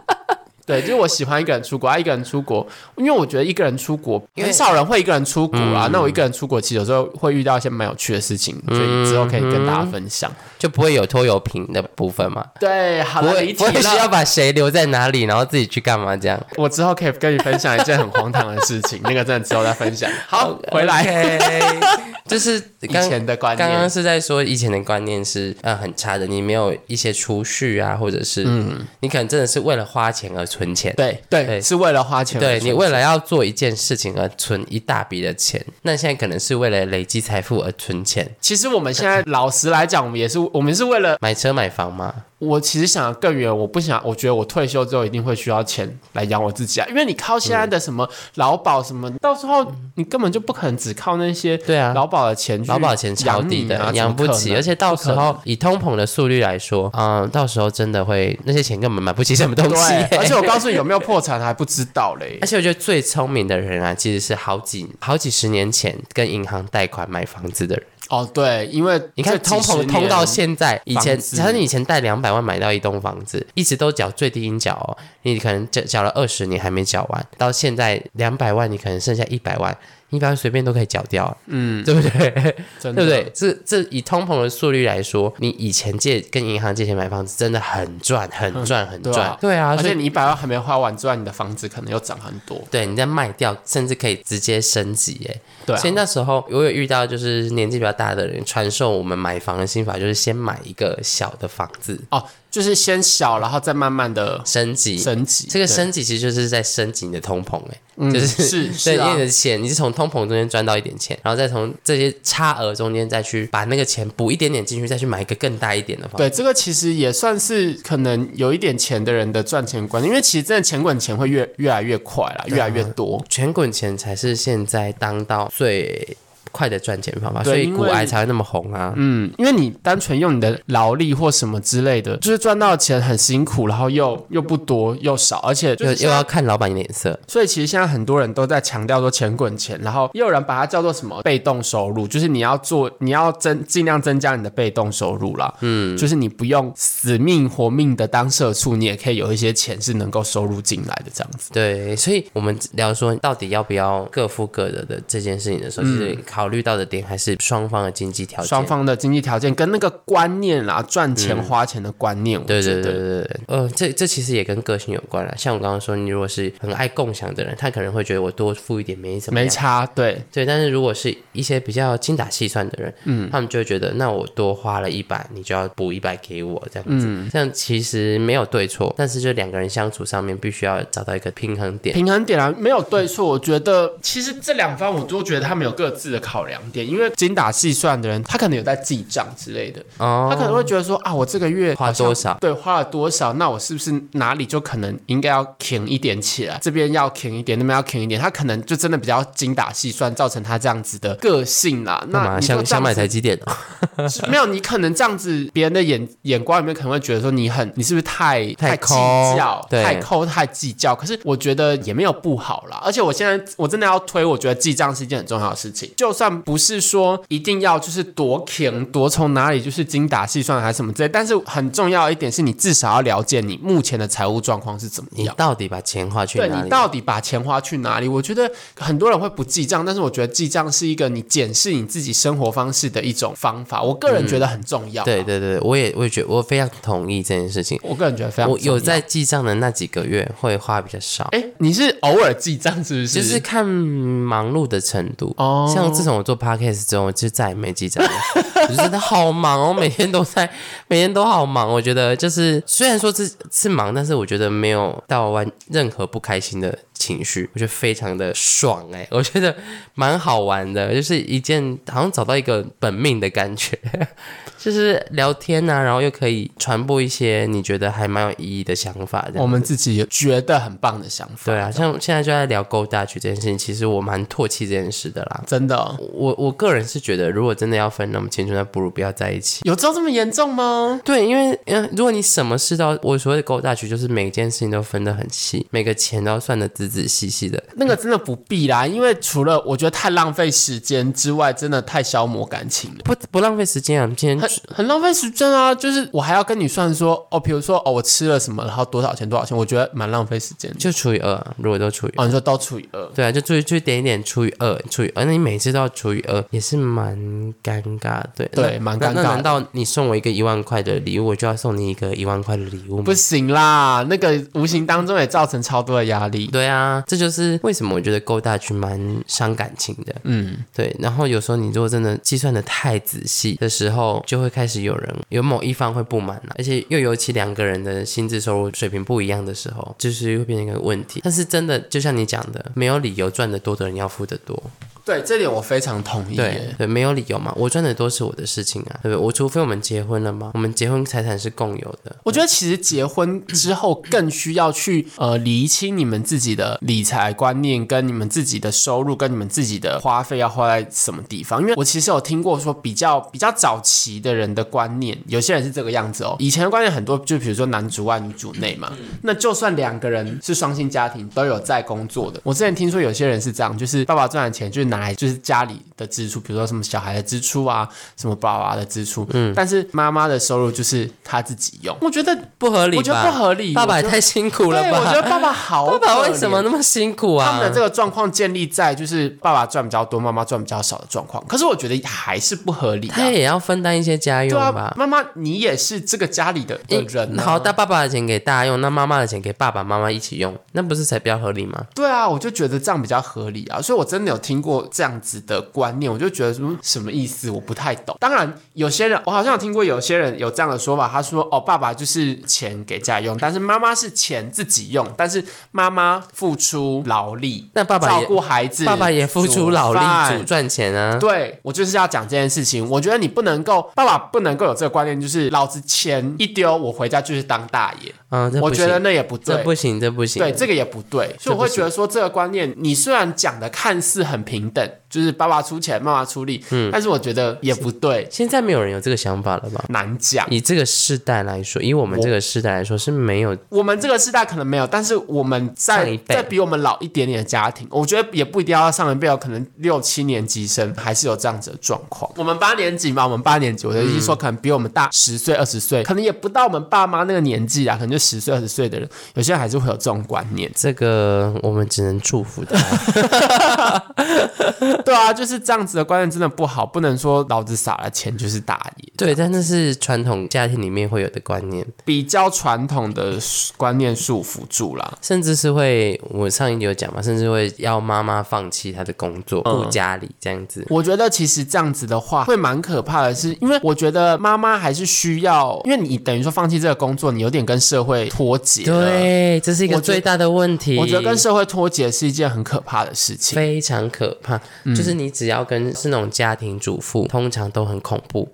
S2: 对，就是我喜欢一个人出国，啊，一个人出国，因为我觉得一个人出国
S1: 因为
S2: 很少人会一个人出国啊。那我一个人出国，其实有时候会遇到一些蛮有趣的事情，所以之后可以跟大家分享。
S1: 就不会有拖油瓶的部分嘛？
S2: 对，好
S1: 不
S2: 了，
S1: 会
S2: 离
S1: 不
S2: 题
S1: 会需要
S2: 了。
S1: 把谁留在哪里，然后自己去干嘛这样？
S2: 我之后可以跟你分享一件很荒唐的事情，那个真的之后再分享。好，回来
S1: OK 呃 就是
S2: 以
S1: 刚
S2: 前的观
S1: 刚刚
S2: 念，
S1: 是在说以前的观念是呃很差的，你没有一些储蓄啊，或者是你可能真的是为了花钱而存钱。
S2: 嗯对
S1: 对
S2: 对，是为了花钱而
S1: 对
S2: 存钱，
S1: 你为了要做一件事情而存一大笔的钱，那现在可能是为了累积财富而存钱，
S2: 其实我们现在老实来讲，我们也是我们是为了
S1: 买车买房嘛。
S2: 我其实想得更远，我不想，我觉得我退休之后一定会需要钱来养我自己啊，因为你靠现在的什么劳保什么，到时候你根本就不可能只靠那些
S1: 对啊，
S2: 劳保的钱去
S1: 劳保钱超
S2: 养
S1: 低
S2: 你啊
S1: 的，
S2: 怎么
S1: 养不
S2: 可
S1: 起，
S2: 能
S1: 而且到时
S2: 不可
S1: 候以通膨的速率来说，嗯，到时候真的会那些钱根本买不起什么东西耶、
S2: 对，而且我告诉你有没有破产还不知道嘞
S1: 而。且我觉得最聪明的人啊，其实是好几好几十年前跟银行贷款买房子的人。
S2: 哦，对，因为
S1: 你看
S2: 这
S1: 通
S2: 几十
S1: 膨通
S2: 年
S1: 到现在，以前
S2: 房子
S1: 假如你以前贷两百万买到一栋房子，一直都缴最低应缴哦，你可能缴缴了二十年还没缴完，到现在两百万你可能剩下一百万，一百万随便都可以缴掉，嗯，对不对？
S2: 真
S1: 对不
S2: 的
S1: 对？？这这以通膨的速率来说，你以前借跟银行借钱买房子真的很赚，很赚，很
S2: 对啊
S1: 赚，对啊，
S2: 而
S1: 所以
S2: 且你一百万还没花完之外，你的房子可能又涨很多。
S1: 对，你再卖掉，甚至可以直接升级耶。
S2: 对啊
S1: 所以那时候我有遇到，就是年纪比较大的人传授我们买房的心法，就是先买一个小的房子
S2: 哦，就是先小，然后再慢慢的
S1: 升级。
S2: 升级。
S1: 这个
S2: 对
S1: 升级其实就是在升级你的通膨，哎、
S2: 嗯
S1: 就是
S2: 是是
S1: 对，因为
S2: 啊
S1: 你，的钱，你是从通膨中间赚到一点钱，然后再从这些差额中间再去把那个钱补一点点进去，再去买一个更大一点的房子。
S2: 对，这个其实也算是可能有一点钱的人的赚钱观念，因为其实真的钱滚钱会越越来越快啦，越来越多。
S1: 全滚钱才是现在当道最快的赚钱方法，
S2: 对
S1: 所以
S2: 因
S1: 股
S2: 为
S1: 癌才会那么红啊。
S2: 嗯，因为你单纯用你的劳力或什么之类的，就是赚到钱很辛苦，然后又又不多又少，而且就
S1: 又
S2: 是
S1: 又要看老板脸色，
S2: 所以其实现在很多人都在强调说钱滚钱，然后也有人把它叫做什么被动收入，就是你要做，你要增尽量增加你的被动收入啦。嗯，就是你不用死命活命的当社畜，你也可以有一些钱是能够收入进来的这样子。
S1: 对，所以我们聊说到底要不要各付各的的这件事情的时候，其实考虑到的点还是双方的经济条件。嗯
S2: 嗯双方的经济条件跟那个观念啦，赚钱花钱的观念，我
S1: 对
S2: 觉
S1: 对
S2: 得
S1: 对对对，呃，这这其实也跟个性有关了。像我刚刚说，你如果是很爱共享的人，他可能会觉得我多付一点没怎么样，
S2: 没差，对
S1: 对，但是如果是一些比较精打细算的人，嗯，他们就会觉得，那我多花了一百，你就要补一百给我，这样子，
S2: 嗯
S1: 这样其实没有对错，但是就两个人相处上面必须要找到一个平衡点。
S2: 平衡点啊，没有对错。我觉得其实这两方我都觉得他们有各自的考量点，因为精打细算的人，他可能有在记账之类的，
S1: 哦，
S2: 他可能会觉得说啊，我这个月
S1: 花
S2: 好像
S1: 多少
S2: 对，花了多少？那我是不是哪里就可能应该要停一点起来？这边要停一点，那边要停一点。他可能就真的比较精打细算，造成他这样子的个性啦。
S1: 干
S2: 那
S1: 嘛
S2: 你
S1: 想
S2: 说这
S1: 想
S2: 样
S1: 买台
S2: 子
S1: 积 电哦？
S2: 是没有，你可能这样子，别人的眼眼光里面可能会觉得说你很，你是不是太
S1: 太
S2: 计
S1: 抠
S2: 较，
S1: 对
S2: 太抠太计较？可是我觉得也没有不好啦。而且我现在我真的要推，我觉得记账是一件很重要的事情。就算不是说一定要就是多勤多从哪里就是精打细算还是什么之类，但是很重要一点是你至少要了解你目前的财务状况是怎么
S1: 你
S2: 样。
S1: 到底把钱花去
S2: 对
S1: 哪
S2: 你
S1: 里？
S2: 到底把钱花去哪里？我觉得很多人会不记账，但是我觉得记账是一个你检视你自己生活方式的一种方法。我个人觉得很重要、
S1: 对，对对，我也我也觉得我非常同意这件事情。
S2: 我个人觉得非常重
S1: 我
S2: 要。
S1: 有在记账的那几个月会花比较少，
S2: 哎，你是偶尔记账是不是？
S1: 就是看忙碌的程度。
S2: 哦，
S1: 像自从我做 podcast 之后，我就再也没记账了。我就真的好忙哦，每天都在，每天都好忙。我觉得就是，虽然说是是忙，但是我觉得没有到完任何不开心的情绪，我觉得非常的爽哎、我觉得蛮好玩的，就是一件好像找到一个本命的感觉，就是聊天呐、然后又可以传播一些你觉得还蛮有意义的想法这样。
S2: 我们自己有觉得很棒的想法。
S1: 对啊，像现在就在聊 Go 大曲这件事情，其实我蛮唾弃这件事的啦。
S2: 真的哦、
S1: 我我个人是觉得，如果真的要分那么清楚，那不如不要在一起。
S2: 有到这么严 重吗？
S1: 对，因为嗯，如果你什么事都我所谓的勾大局，就是每一件事情都分得很细，每个钱都要算得仔仔细细的。
S2: 那个真的不必啦，因为除了我觉得太浪费时间之外，真的太消磨感情了。
S1: 不不浪费时间啊！今天
S2: 很很浪费时间啊！就是我还要跟你算说哦，比如说哦，我吃了什么，然后多少钱多少钱，我觉得蛮浪费时间的。
S1: 就除以二、啊，如果都除以二，
S2: 哦，你说都除以二，
S1: 对啊，就除以就点一点除以二，除以二，呃那你每次都要除以二，也是蛮尴尬的。对
S2: 对
S1: 那
S2: 蛮
S1: 那
S2: 尴
S1: 那
S2: 尬
S1: 难道你送我一个一万块的礼物，我就要送你一个一万块的礼物吗？
S2: 不行啦，那个无形当中也造成超多的压力。
S1: 对啊，这就是为什么我觉得勾大去蛮伤感情的。
S2: 嗯，
S1: 对，然后有时候你如果真的计算的太仔细的时候，就会开始有人有某一方会不满啊了、而且又尤其两个人的薪资收入水平不一样的时候，就是会变成一个问题。但是真的就像你讲的，没有理由赚得多的人要付得多，
S2: 对，这点我非常同意
S1: 对
S2: 耶。
S1: 对，没有理由嘛，我赚的多是我的事情啊，对不对？我除非我们结婚了嘛，我们结婚财产是共有的，
S2: 我觉得其实结婚之后更需要去呃厘清你们自己的理财观念，跟你们自己的收入，跟你们自己的花费要花在什么地方。因为我其实有听过说比较比较早期的人的观念，有些人是这个样子哦。以前的观念很多，就比如说男主外女主内嘛。那就算两个人是双薪家庭，都有在工作的。我之前听说有些人是这样，就是爸爸赚的钱就是拿来就是家里的支出，比如说什么小孩的支出啊，什么爸爸的支出，嗯，但是妈妈的收入就是她自己用。我觉得
S1: 不合理吧？
S2: 我觉得不合理。
S1: 爸爸
S2: 我
S1: 也
S2: 觉得
S1: 太辛苦了
S2: 对，我觉得
S1: 吧？
S2: 爸爸好可
S1: 爸
S2: 怜，
S1: 爸为什么那么辛苦
S2: 他们
S1: 啊
S2: 的？这个状况建立在就是爸爸赚比较多，妈妈赚比较少的状况？可是我觉得还是不合理的、
S1: 他也要分担一些家用
S2: 对啊
S1: 吧，？
S2: 妈妈，你也是这个家里的的人、啊，
S1: 好，那爸爸的钱给大家用，那妈妈的钱给爸爸妈妈一起用，那不是才比较合理吗？
S2: 对啊，我就觉得这样比较合理啊，所以我真的有听过这样子的观念，我就觉得说什么意思，我不太懂。当然，有些人我好像有听过，有些人有这样的说法，他说哦，爸爸就是钱给家用，但是妈妈是钱自己用，但是妈妈付出劳力，
S1: 那爸爸
S2: 照
S1: 也
S2: 顾孩子，
S1: 爸爸也付出劳
S2: 煮饭
S1: 力主赚钱啊。
S2: 对我就是要讲这件事情，我觉得你不能够，爸爸不能够有这个观念，就是老子钱一丢，我回家就是当大爷。
S1: 嗯，这
S2: 我
S1: 不
S2: 觉得
S1: 行，
S2: 那也不对，
S1: 这不行，这不行。
S2: 对，这个也不对，所以我会觉得说这个观念，你虽然讲的看似很平等，就是爸爸出钱，妈妈出力，
S1: 嗯
S2: 但是我觉得也不对，
S1: 现在没有人有这个想法了吧？
S2: 难讲。
S1: 以这个世代来说，以我们
S2: 我
S1: 这个世代来说是没有
S2: 我们这个世代可能没有，但是我们
S1: 上
S2: 在
S1: 一辈
S2: 在比我们老一点点的家庭，我觉得也不一定要上一辈哦，可能六七年级生还是有这样子的状况。我们八年级嘛，我们八年级，我的意思说，可能比我们大十岁、二十岁，可能也不到我们爸妈那个年纪啊，可能就十岁、二十岁的人，有些人还是会有这种观念。
S1: 这个，我们只能祝福他。
S2: 对啊，就是这样子的观念真的不好，不能说老子撒了钱就是大爷。
S1: 对，但那是传统家庭里面会有的观念，
S2: 比较传统的观念束缚住啦。
S1: 甚至是会我上一集有讲嘛，甚至会要妈妈放弃她的工作，
S2: 嗯
S1: 顾家里这样子。
S2: 我觉得其实这样子的话会蛮可怕的是，因为我觉得妈妈还是需要，因为你等于说放弃这个工作，你有点跟社会脱节了。，
S1: 对，这是一个
S2: 我觉得
S1: 最大的问题。
S2: 我觉得跟社会脱节是一件很可怕的事情。
S1: 非常可怕，
S2: 嗯
S1: 就是你只要跟是那种家庭主妇，通常都很恐怖，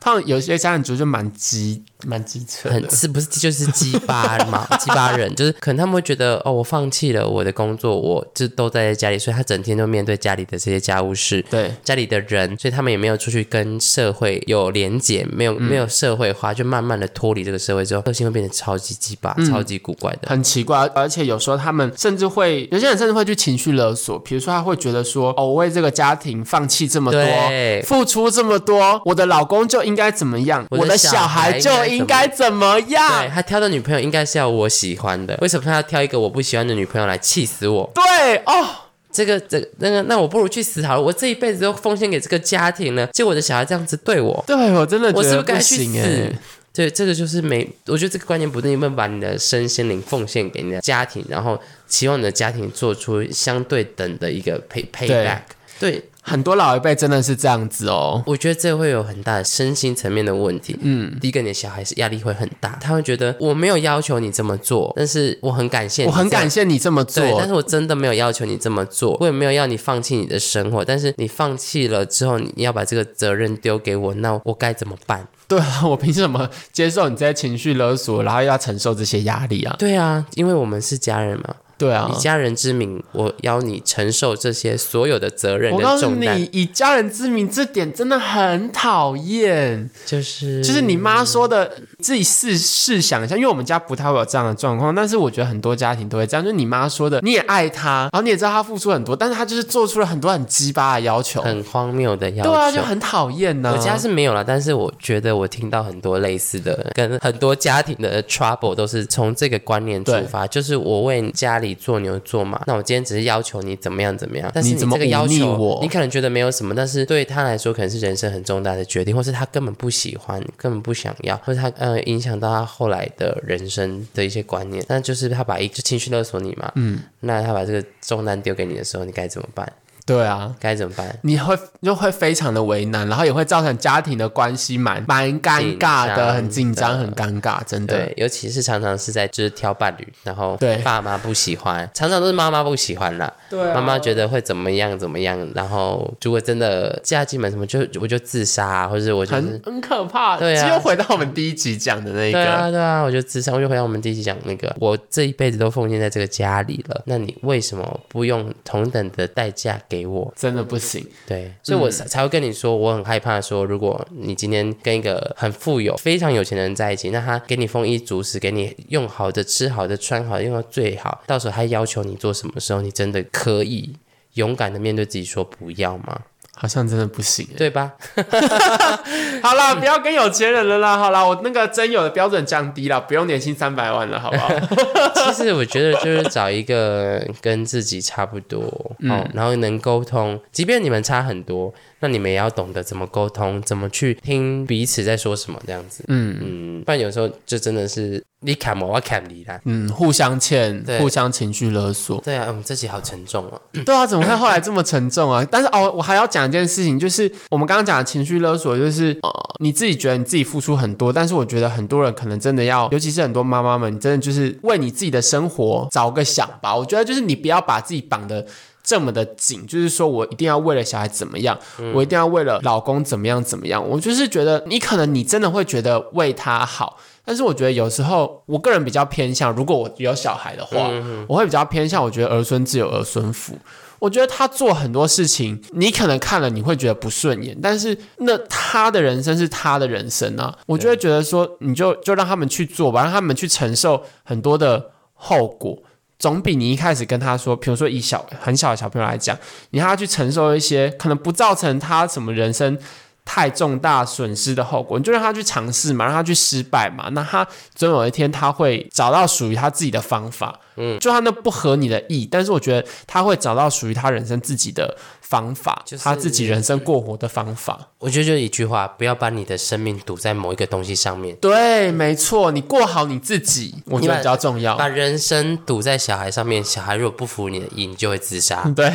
S2: 他们有些家庭主就蛮机蛮机车的
S1: 很，是 不是就是鸡巴嘛， 鸡巴人，就是可能他们会觉得哦，我放弃了我的工作，我就都待在家里，所以他整天都面对家里的这些家务事，
S2: 对。
S1: 家里的人，所以他们也没有出去跟社会有连结，没
S2: 嗯
S1: 有、没有社会化，就慢慢的脱离这个社会之后，个性会变得超级鸡巴、
S2: 嗯
S1: 超级古怪的。
S2: 很奇怪，而且有时候他们甚至会，有些人甚至会去情绪勒索，比如说他会觉得说，哦，我为这个家庭放弃这么多
S1: 对，
S2: 付出这么多，我的老公就应该怎么样，
S1: 我
S2: 我
S1: 的
S2: 的
S1: 小
S2: 小
S1: 孩
S2: 孩就应该怎么
S1: 对
S2: 样，
S1: 他挑的女朋友应该是要我喜欢的，为什么他要挑一个我不喜欢的女朋友来气死我？
S2: 对哦，
S1: 这个、这个、那个，那我不如去死好了，我这一辈子都奉献给这个家庭了，结果我的小孩这样子对我，
S2: 对我真的
S1: 我
S2: 觉
S1: 是不
S2: 得
S1: 是该去
S2: 行哎、
S1: 死？对，这个就是没，我觉得这个观念不对，你们把你的身心灵奉献给你的家庭，然后期望你的家庭做出相对等的一个 pay payback。对，
S2: 很多老一辈真的是这样子哦，
S1: 我觉得这会有很大的身心层面的问题。嗯，第一个，你的小孩是压力会很大，他会觉得我没有要求你这么做，但是我很感谢你
S2: 我
S1: 这样，
S2: 很感谢你这么
S1: 对，但
S2: 做。
S1: 是我真的没有要求你这么做，我也没有要你放弃你的生活，但是你放弃了之后，你要把这个责任丢给我，那我该怎么办？
S2: 对啊，我凭什么接受你这些情绪勒索，然后又要承受这些压力啊？
S1: 对啊，因为我们是家人嘛，
S2: 对啊
S1: 以，家人之名，我要你承受这些所有的责任
S2: 我
S1: 跟
S2: 告诉
S1: 重
S2: 你
S1: 担，，
S2: 以家人之名，这点真的很讨厌。
S1: 就是
S2: 就是你妈说的，自己试试想一下，因为我们家不太会有这样的状况，但是我觉得很多家庭都会这样，就是你妈说的，你也爱她，然后你也知道她付出很多，但是她就是做出了很多很鸡巴的要求，
S1: 很荒谬的要求。
S2: 对啊，就很讨厌呢、
S1: 我家是没有啦，但是我觉得我听到很多类似的，跟很多家庭的 trouble 都是从这个观念出发，就是我为家里做牛做马，那我今天只是要求你怎么样怎么样，但是
S2: 你怎么
S1: 这个要
S2: 忤逆
S1: 求
S2: 我
S1: 你可能觉得没有什么，但是对他来说可能是人生很重大的决定，或是他根本不喜欢，根本不想要，或者他呃影响到他后来的人生的一些观念，那就是他把一就情绪勒索你嘛，嗯，那他把这个重担丢给你的时候，你该怎么办？
S2: 对啊，
S1: 该怎么办？
S2: 你会就会非常的为难，然后也会造成家庭的关系蛮蛮尴
S1: 紧
S2: 尬
S1: 张的
S2: 的，很紧张，很尴尬，真的
S1: 对，尤其是常常是在就是挑伴侣，然后
S2: 嗯对
S1: 爸妈不喜欢， 常常都是妈妈不喜欢啦。
S2: 对啊
S1: 妈妈觉得会怎么样怎么样，然后如果真的嫁进门什么，就我就自杀、啊，或者我就是
S2: 很很可怕。
S1: 对啊
S2: 只有回到我们第一集讲的那
S1: 对
S2: 个，
S1: 啊对啊，我就自杀，我就回到我们第一集讲那个，我这一辈子都奉献在这个家里了，那你为什么不用同等的代价给我？
S2: 真的不行。
S1: 对，所以我才才会跟你说，我很害怕说，如果你今天跟一个很富有、非常有钱的人在一起，那他给你丰衣足食，给你用好的、吃好的、穿好的、用到最好，到时候他要求你做什么时候，你真的可以勇敢的面对自己说不要吗？
S2: 好像真的不行欸。
S1: 对吧？
S2: 好啦，不要跟有钱人了啦。好啦，我那个真有的标准降低了，不用年薪三百万了，好不好？
S1: 其实我觉得就是找一个跟自己差不多，哦，然后能沟通，即便你们差很多，那你们也要懂得怎么沟通，怎么去听彼此在说什么，这样子。嗯嗯，不然有时候就真的是你砍我，我砍你啦。
S2: 嗯，互相欠，
S1: 对
S2: 互相情绪勒索。
S1: 对啊，我们这集好沉重哦。
S2: 对啊，怎么会后来这么沉重啊？但是哦，我还要讲一件事情，就是我们刚刚讲的情绪勒索，就是呃，你自己觉得你自己付出很多，但是我觉得很多人可能真的要，尤其是很多妈妈们，真的就是为你自己的生活找个想吧。我觉得就是你不要把自己绑的。这么的紧，就是说我一定要为了小孩怎么样，我一定要为了老公怎么样怎么样。我就是觉得你可能你真的会觉得为他好，但是我觉得有时候我个人比较偏向，如果我有小孩的话，我会比较偏向，我觉得儿孙自有儿孙福。我觉得他做很多事情，你可能看了你会觉得不顺眼，但是那他的人生是他的人生啊，我就会觉得说，你就就让他们去做吧，让他们去承受很多的后果，总比你一开始跟他说，比如说以小很小的小朋友来讲，你让他去承受一些可能不造成他什么人生。太重大损失的后果，你就让他去尝试嘛，让他去失败嘛。那他总有一天他会找到属于他自己的方法。嗯，就算那不合你的意，但是我觉得他会找到属于他人生自己的方法，
S1: 就是
S2: 他自己人生过活的方法。
S1: 我觉得就一句话，不要把你的生命赌在某一个东西上面，
S2: 对，没错，你过好你自己，我觉得比较重要。
S1: 把人生赌在小孩上面，小孩如果不服你的意，你就会自杀；
S2: 对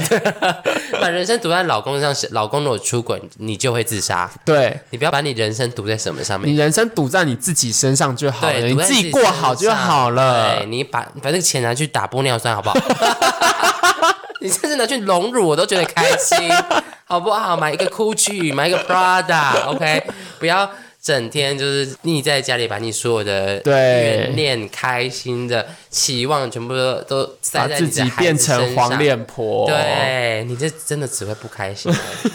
S1: 把人生赌在老公上，老公如果出轨，你就会自杀。
S2: 对，
S1: 你不要把你人生赌在什么上面
S2: 你。人生赌在你自己身上就好了，
S1: 对，
S2: 你
S1: 赌在
S2: 自己过好就好
S1: 对
S2: 了。
S1: 你把把这个钱拿去打玻尿酸好不好？ 你甚至拿去隆乳，我都觉得开心，好不好？买一个 GUCCI，买一 个 Prada，OK，、不要整天就是腻在家里，把你所有的
S2: 对
S1: 怨念、开心的期望全部都都塞
S2: 把
S1: 在你
S2: 自
S1: 的
S2: 己
S1: 孩
S2: 变
S1: 子身
S2: 成黄
S1: 上。
S2: 脸婆，
S1: 对你这真的只会不开心而 已。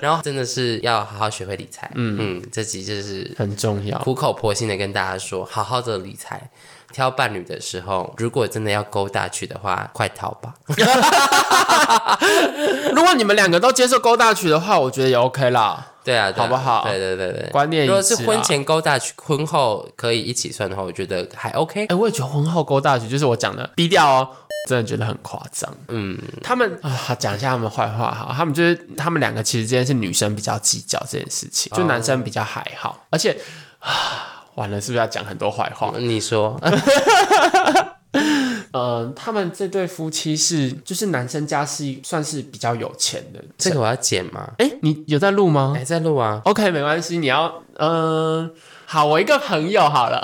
S1: 然后真的是要好好学会理财，嗯嗯，这集就是
S2: 很重要。
S1: 苦口婆心的跟大家说，好好的理财。挑伴侣的时候，如果真的要勾搭去的话，快逃吧。
S2: 如果你们两个都接受勾大曲的话，我觉得也 OK 啦，
S1: 对啊，对啊
S2: 好不好
S1: 对对对对，
S2: 观念一致
S1: 如
S2: 啊
S1: 果是婚前勾搭去，婚后可以一起算的话，我觉得还 OK
S2: 哎、。我也觉得婚后勾大曲就是我讲的低调哦，真的觉得很夸张。
S1: 嗯，
S2: 他们啊，讲一下他们坏话哈。他们就是他们两个其实之间是女生比较计较这件事情，就男生比较还好。而且啊，完了是不是要讲很多坏话？
S1: 嗯你说，
S2: 呃，他们这对夫妻是就是男生家是算是比较有钱的。
S1: 这个我要剪吗？
S2: 哎、你有在录吗、
S1: 还在录啊？
S2: o k 没关系，你要嗯、好，我一个朋友好 了，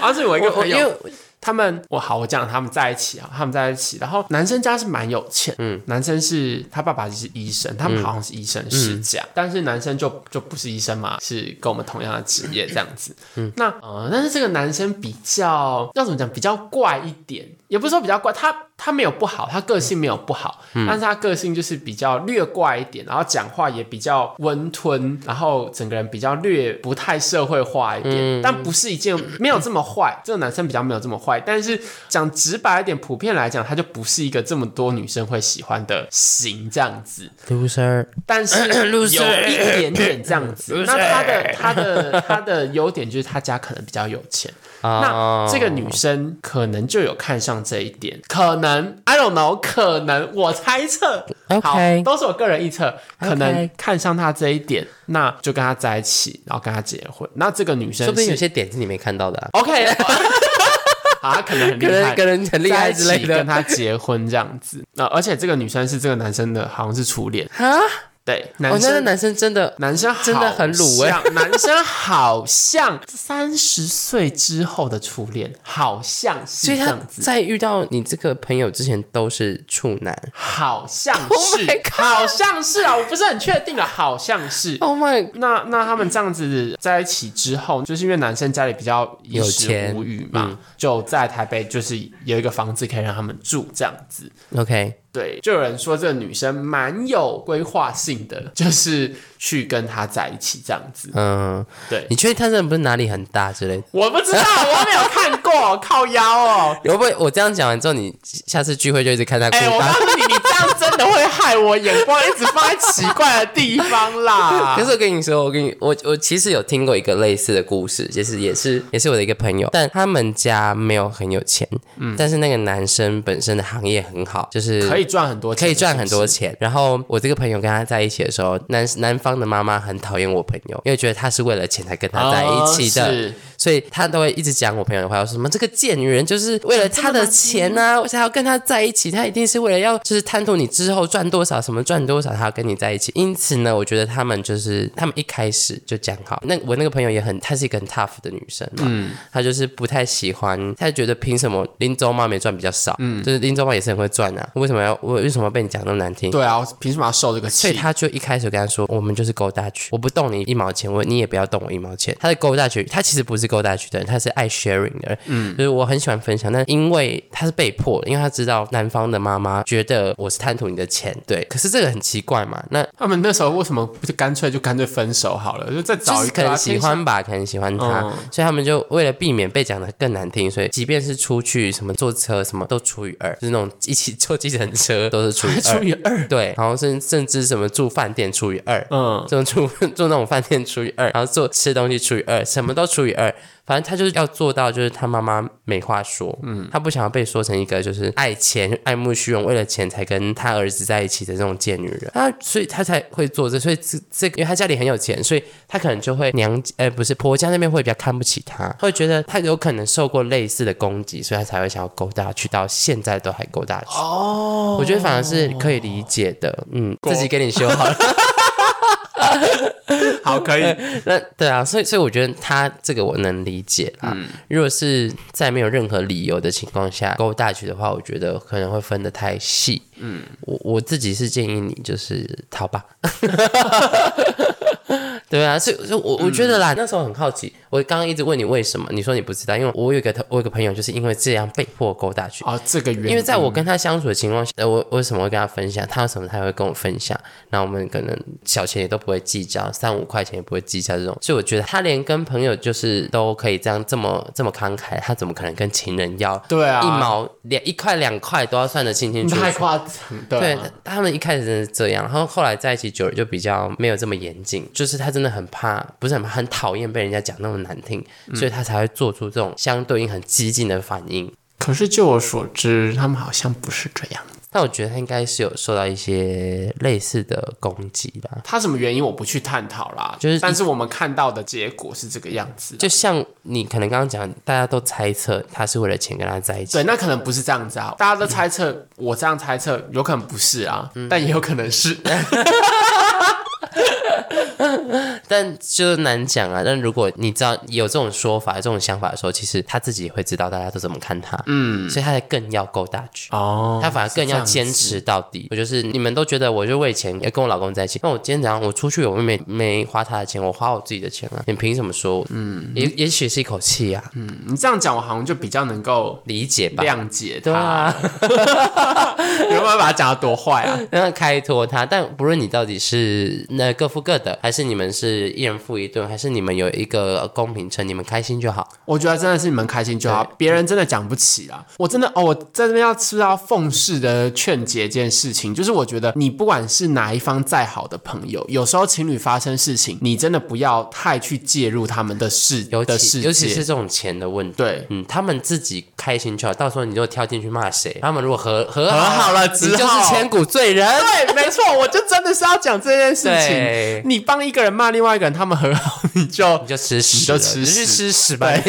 S2: 啊，是我一个
S1: 我
S2: 朋
S1: 因
S2: 友，
S1: 为
S2: 他们，我好，我讲他们在一起啊，他们在一起，然后男生家是蛮有钱，嗯，男生是他爸爸是医
S1: 嗯
S2: 生，他们好像是医生世家，但是男生就就不是医生嘛，是跟我们同样的职业这样子，嗯，那呃，但是这个男生比较要怎么讲，比较怪一点，也不是说比较怪，他他没有不好，他个性没有不好，但是他个性就是比较略怪一点，然后讲话也比较温吞，然后整个人比较略不太社会化一点，但不是一件没有这么坏，这个男生比较没有这么坏，但是讲直白一点，普遍来讲，他就不是一个这么多女生会喜欢的型这样子。
S1: loser，
S2: 但是有 一
S1: Loser
S2: 点点这样子。
S1: Loser
S2: 那他的他的他的优点就是他家可能比较有钱，那
S1: 哦
S2: 这个女生可能就有看上这一点，可能 I don't know，可能我猜测
S1: OK
S2: 好，都是我个人臆测，可能看上他这一点，那就跟他在一起，然后跟他结婚。那这个女生
S1: 说不定有
S2: 是哦
S1: 些点是你没看到的啊、
S2: OK。 好，他可能很厉
S1: 可能
S2: 害，
S1: 可能很厉害之
S2: 在一
S1: 类
S2: 起
S1: 的
S2: 跟。他结婚这样子。那、而且这个女生是这个男生的，好像是初恋。
S1: 啊，
S2: 对，
S1: 哦，
S2: 男
S1: 那
S2: 生、
S1: 个男生真的
S2: 男生
S1: 真的很欸卤味
S2: 味，男生好像三十岁之后的初恋，好像是
S1: 所以
S2: 这
S1: 他
S2: 样子，
S1: 在遇到你这个朋友之前都是处 男。
S2: 好像
S1: Oh
S2: 是
S1: my God
S2: 好像是啊，我不是很确定了，好像是。
S1: Oh my，
S2: 那那他们这样子在一起之后，就是因为男生家里比较衣
S1: 有
S2: 食
S1: 钱嗯
S2: 无余嘛，就在台北就是有一个房子可以让他们住这样子。
S1: OK，
S2: 对，就有人说这个女生蛮有规划性的，就是去跟他在一起这样子。
S1: 嗯，
S2: 对，
S1: 你确定他真的不是哪里很大之类的？
S2: 我不知道，我没有看过，靠腰 哦。
S1: 会不会我这样讲完之后，你下次聚会就一直看他哭啊
S2: 哎、我告
S1: 大？
S2: 诉你，你这样真的会害我眼光一直放在奇怪的地方啦。
S1: 可是我跟你说，我跟你我我其实有听过一个类似的故事，就是也是也是我的一个朋友，但他们家没有很有钱，但是那个男生本身的行业很好，就是
S2: 嗯可以赚很多钱，
S1: 可以赚很多钱。然后我这个朋友跟他在一起的时候，男男方的妈妈很讨厌我朋友，因为觉得他是为了钱才跟他在一起的，
S2: 哦是
S1: 所以他都会一直讲我朋友的话，说什么这个贱女人就是为了他的钱啊，我才要跟他在一起，他一定是为了要就是贪图你之后赚多少，什么赚多少，他要跟你在一起。因此呢，我觉得他们就是他们一开始就讲好。那我那个朋友也很，她是一个很 tough 的女生嘛，她就是不太喜欢，她觉得凭什么林州妈没赚比较少，就是林州妈也是很会赚啊，为什么要我为什么被你讲那么难听？
S2: 对啊，我凭什么要受这个
S1: 所以
S2: 气？
S1: 他就一开始跟他说：“我们就是勾搭区，我不动你一毛钱，我你也不要动我一毛钱。”他的勾搭区，他其实不是勾搭区的人，他是爱 sharing 的人。嗯，就是我很喜欢分享，但因为他是被迫的，因为他知道男方的妈妈觉得我是贪图你的钱，对。可是这个很奇怪嘛，那
S2: 他们那时候为什么不就干脆就干脆分手好了？就再
S1: 就
S2: 找一
S1: 是可
S2: 个啊
S1: 能喜欢吧，可能喜欢他，
S2: 嗯
S1: 所以他们就为了避免被讲的更难听，所以即便是出去什么坐车什么都除以二，就是那种一起坐计程车都是除以
S2: 天生
S1: 二
S2: 除，以二，
S1: 对，然后甚甚至什么住饭店除以二，
S2: 嗯，
S1: 这种住 住那种饭店除以二，然后做吃东西除以二，什么都除以二，反正他就是要做到，就是他妈妈没话说，嗯，他不想要被说成一个就是爱钱、爱慕虚荣，为了钱才跟他儿子在一起的这种贱女人，他所以他才会做这，所以这这个因为他家里很有钱，所以他可能就会娘呃不是婆家那边会比较看不起他，会觉得他有可能受过类似的攻击，所以他才会想要勾搭去，到现在都还勾搭去。
S2: 哦，
S1: 我觉得反而是可以理解的，嗯，自己给你修好了。
S2: 好可以，
S1: 那对啊，所以所以我觉得他这个我能理解啦。如果是在没有任何理由的情况下勾大局的话，我觉得可能会分得太细。嗯，我我自己是建议你就是逃吧。对啊，所以所以我我觉得啦，那时候很好奇，我刚刚一直问你为什么，你说你不知道，因为我有一个我有个朋友就是因为这样被迫勾大局。
S2: 哦，这个原因，
S1: 因为在我跟他相处的情况下，呃我我为什么会跟他分享？他有什么他也会跟我分享。那我们可能小钱也都不会计较，三五块钱也不会计较这种。所以我觉得他连跟朋友就是都可以这样这么这么慷慨，他怎么可能跟情人要
S2: 对啊，
S1: 一毛两一块两块都要算得清清楚楚？
S2: 太夸张，对
S1: 对
S2: 啊，
S1: 他们一开始真的是这样，然后后来在一起久了就比较没有这么严谨，就是他真的很怕，不是很怕，很讨厌被人家讲那么难听，所
S2: 嗯
S1: 以他才会做出这种相对应很激进的反应。
S2: 可是就我所知，他们好像不是这样。
S1: 但我觉得他应该是有受到一些类似的攻击吧。
S2: 他什么原因我不去探讨啦，
S1: 就是
S2: 但是我们看到的结果是这个样子啦。
S1: 就像你可能刚刚讲，大家都猜测他是为了钱跟他在一起
S2: 对，。那可能不是这样子啊，大家都猜测，我这样猜测，有可能不是啊，
S1: 嗯
S2: 但也有可 能是。
S1: 但就难讲啊。但如果你知道有这种说法、有这种想法的时候，其实他自己也会知道大家都怎么看他，嗯，所以他才更要勾大局。
S2: 哦，
S1: 他反而更要坚
S2: 是这样子。
S1: 持到底。我就是你们都觉得我就为钱要跟我老公在一起，那我今天早上我出去我又没没花他的钱，我花我自己的钱啊，你凭什么说我？嗯，也也许是一口气啊，
S2: 你这样讲，我好像就比较能够
S1: 理解吧。
S2: 谅解
S1: 对
S2: 他。
S1: 啊，
S2: 有没有把他讲的多坏啊？
S1: 那开脱他，但不论你到底是那各付各的，还是你们是一人付一顿，还是你们有一个公平秤，你们开心就好。
S2: 我觉得真的是你们开心就好，别人真的讲不起啦。我真的哦，我在这边要吃到奉式的劝解这件事情，就是我觉得你不管是哪一方再好的朋友，有时候情侣发生事情，你真的不要太去介入他们的事
S1: 尤
S2: 的世
S1: 其
S2: 界，
S1: 尤其是这种钱的问题。
S2: 对。
S1: 嗯，他们自己开心就好，到时候你就跳进去骂谁？他们如果和和
S2: 和好了之
S1: 你就是
S2: 后
S1: 千古罪人。
S2: 对，没错，我就真的是要讲这件事
S1: 对
S2: 情。你帮一个人骂另外一个人，他 们和好，你就
S1: 你就吃屎了，
S2: 你就吃
S1: 你去
S2: 屎
S1: 吃屎吧。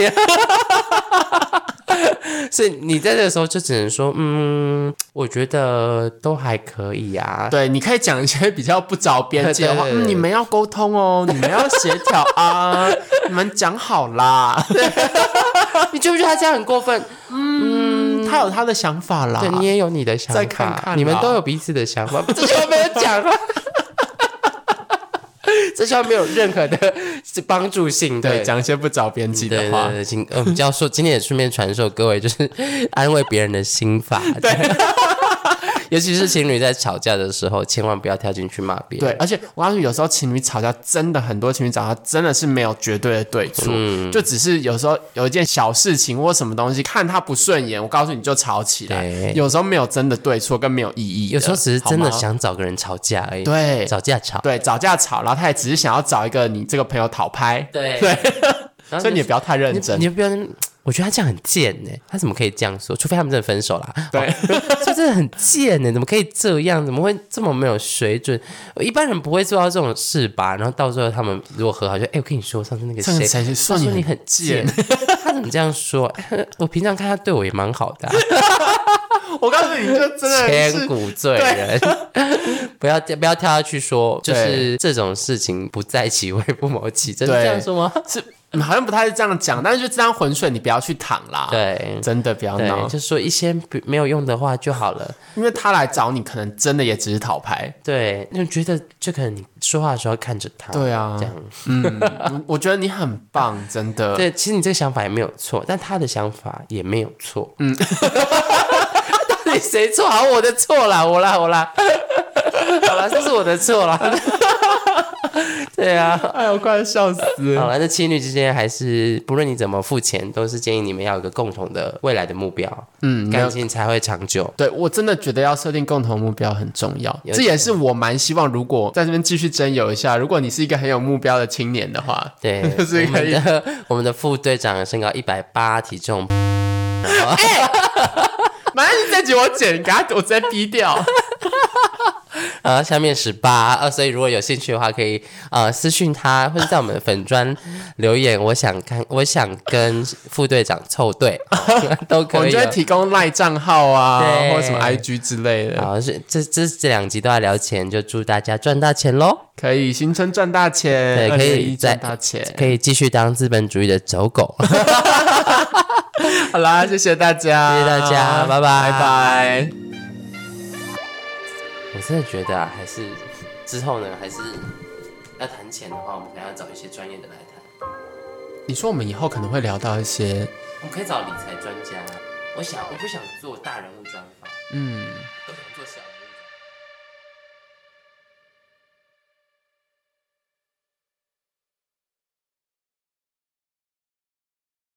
S1: 所以你在这个时候就只能说，嗯，我觉得都还可以啊。
S2: 对，你可以讲一些比较不着边际的话，
S1: 对对对
S2: 嗯，你们要沟通哦，你们要协调 啊，你们讲好啦，
S1: 你觉不觉得他这样很过分？
S2: 他有他的想法啦，
S1: 嗯对你也有你的想法，
S2: 啊再看看啦
S1: 你们都有彼此的想法， 这句话没有讲啊。 这句话没有任何的帮助性，
S2: 对，讲一些不着边际
S1: 对
S2: 的
S1: 对
S2: 话，
S1: 对，请呃我们教授今天也顺便传授各位，就是安慰别人的心 法。对， 尤其是情侣在吵架的时候，千万不要跳进去骂别
S2: 对
S1: 人。，
S2: 而且我告诉你，有时候情侣吵架真的很多，情侣吵架真的是没有绝对的对错，
S1: 嗯
S2: 就只是有时候有一件小事情或什么东西看他不顺眼，我告诉你就吵起来
S1: 对，
S2: 有时候没有真的对错跟没有意义的，
S1: 有时候只是真的
S2: 好吗
S1: 想找个人吵架而已，
S2: 对
S1: 找架吵。
S2: 对找架吵，然后他也只是想要找一个你这个朋友讨拍，
S1: 对
S2: 对，
S1: 然后
S2: 所以你也不要太认真
S1: 你。就不要在那边。我觉得他这样很贱呢、他怎么可以这样说？除非他们真的分手啦。
S2: 对
S1: 哦， 这、真的很贱呢、欸怎么可以这样？怎么会这么没有水准？一般人不会做到这种事吧？然后到最后他们如果和好，就哎、我跟你说，上次那个
S2: 这个
S1: 谁
S2: 谁
S1: 他说
S2: 说
S1: 你
S2: 你
S1: 很贱？， 他怎么这样说？ 哎我平常看他对我也蛮好的 啊、
S2: 我告诉你，就真的
S1: 千
S2: 是
S1: 古罪人。 不要不要跳下去说，就是这种事情不在其位不谋其政，是
S2: 对
S1: 这样说吗？
S2: 是嗯好像不太是这样讲，但是就这样浑水，你不要去躺啦。，
S1: 对
S2: 真的不要
S1: 对，
S2: 闹，
S1: 就说一些不没有用的话就好了。
S2: 因为他来找你，可能真的也只是讨拍。
S1: 对，就觉得就可能你说话的时候看着他，
S2: 对啊
S1: 这样嗯
S2: 我我觉得你很棒，真的。
S1: 对。其实你这个想法也没有错，但他的想法也没有错。嗯， 到底谁错？好，我的错啦，我啦，我啦， 好啦，这是我的错啦。 对啊，
S2: 哎呦，快笑死！
S1: 好了，那情侣之间还是不论你怎么付钱，都是建议你们要有一个共同的未来的目标，嗯，感情才会长久。
S2: 对我真的觉得要设定共同目标很重要，
S1: 有
S2: 这也是我蛮希望，如果在这边继续征友一下，如果你是一个很有目标的青年的话，
S1: 对，
S2: 就是
S1: 我
S2: 可
S1: 们
S2: 以
S1: 的 我们的副队长身高一百八，体重
S2: 马上这集我剪，给他我直接逼掉。
S1: 啊，下面十八啊，所以如果有兴趣的话，可以呃私讯他，或者在我们的粉砖留言。我想看，我想跟副队 长凑对，都
S2: 我
S1: 可
S2: 们
S1: 以
S2: 就会
S1: 哦。
S2: 提供赖账号啊，
S1: 对
S2: 或者什么 IG 之类的，
S1: 好，是这这这两集都在聊钱，就祝大家赚大钱喽！
S2: 可以新春赚大钱，
S1: 对可以
S2: 2021
S1: 在
S2: 赚大钱。
S1: 可以继续当资本主义的走 狗。
S2: 好啦，谢谢大家，
S1: 谢谢大家拜拜
S2: 拜拜。
S1: 我真的觉得啊，还是之后呢，还是要谈钱的话，我们可能要找一些专业的来谈。
S2: 你说我们以后可能会聊到一些，
S1: 我们可以找理财专家啊。我想，我不想做大人物专访，
S2: 嗯。
S1: 我想做小人物。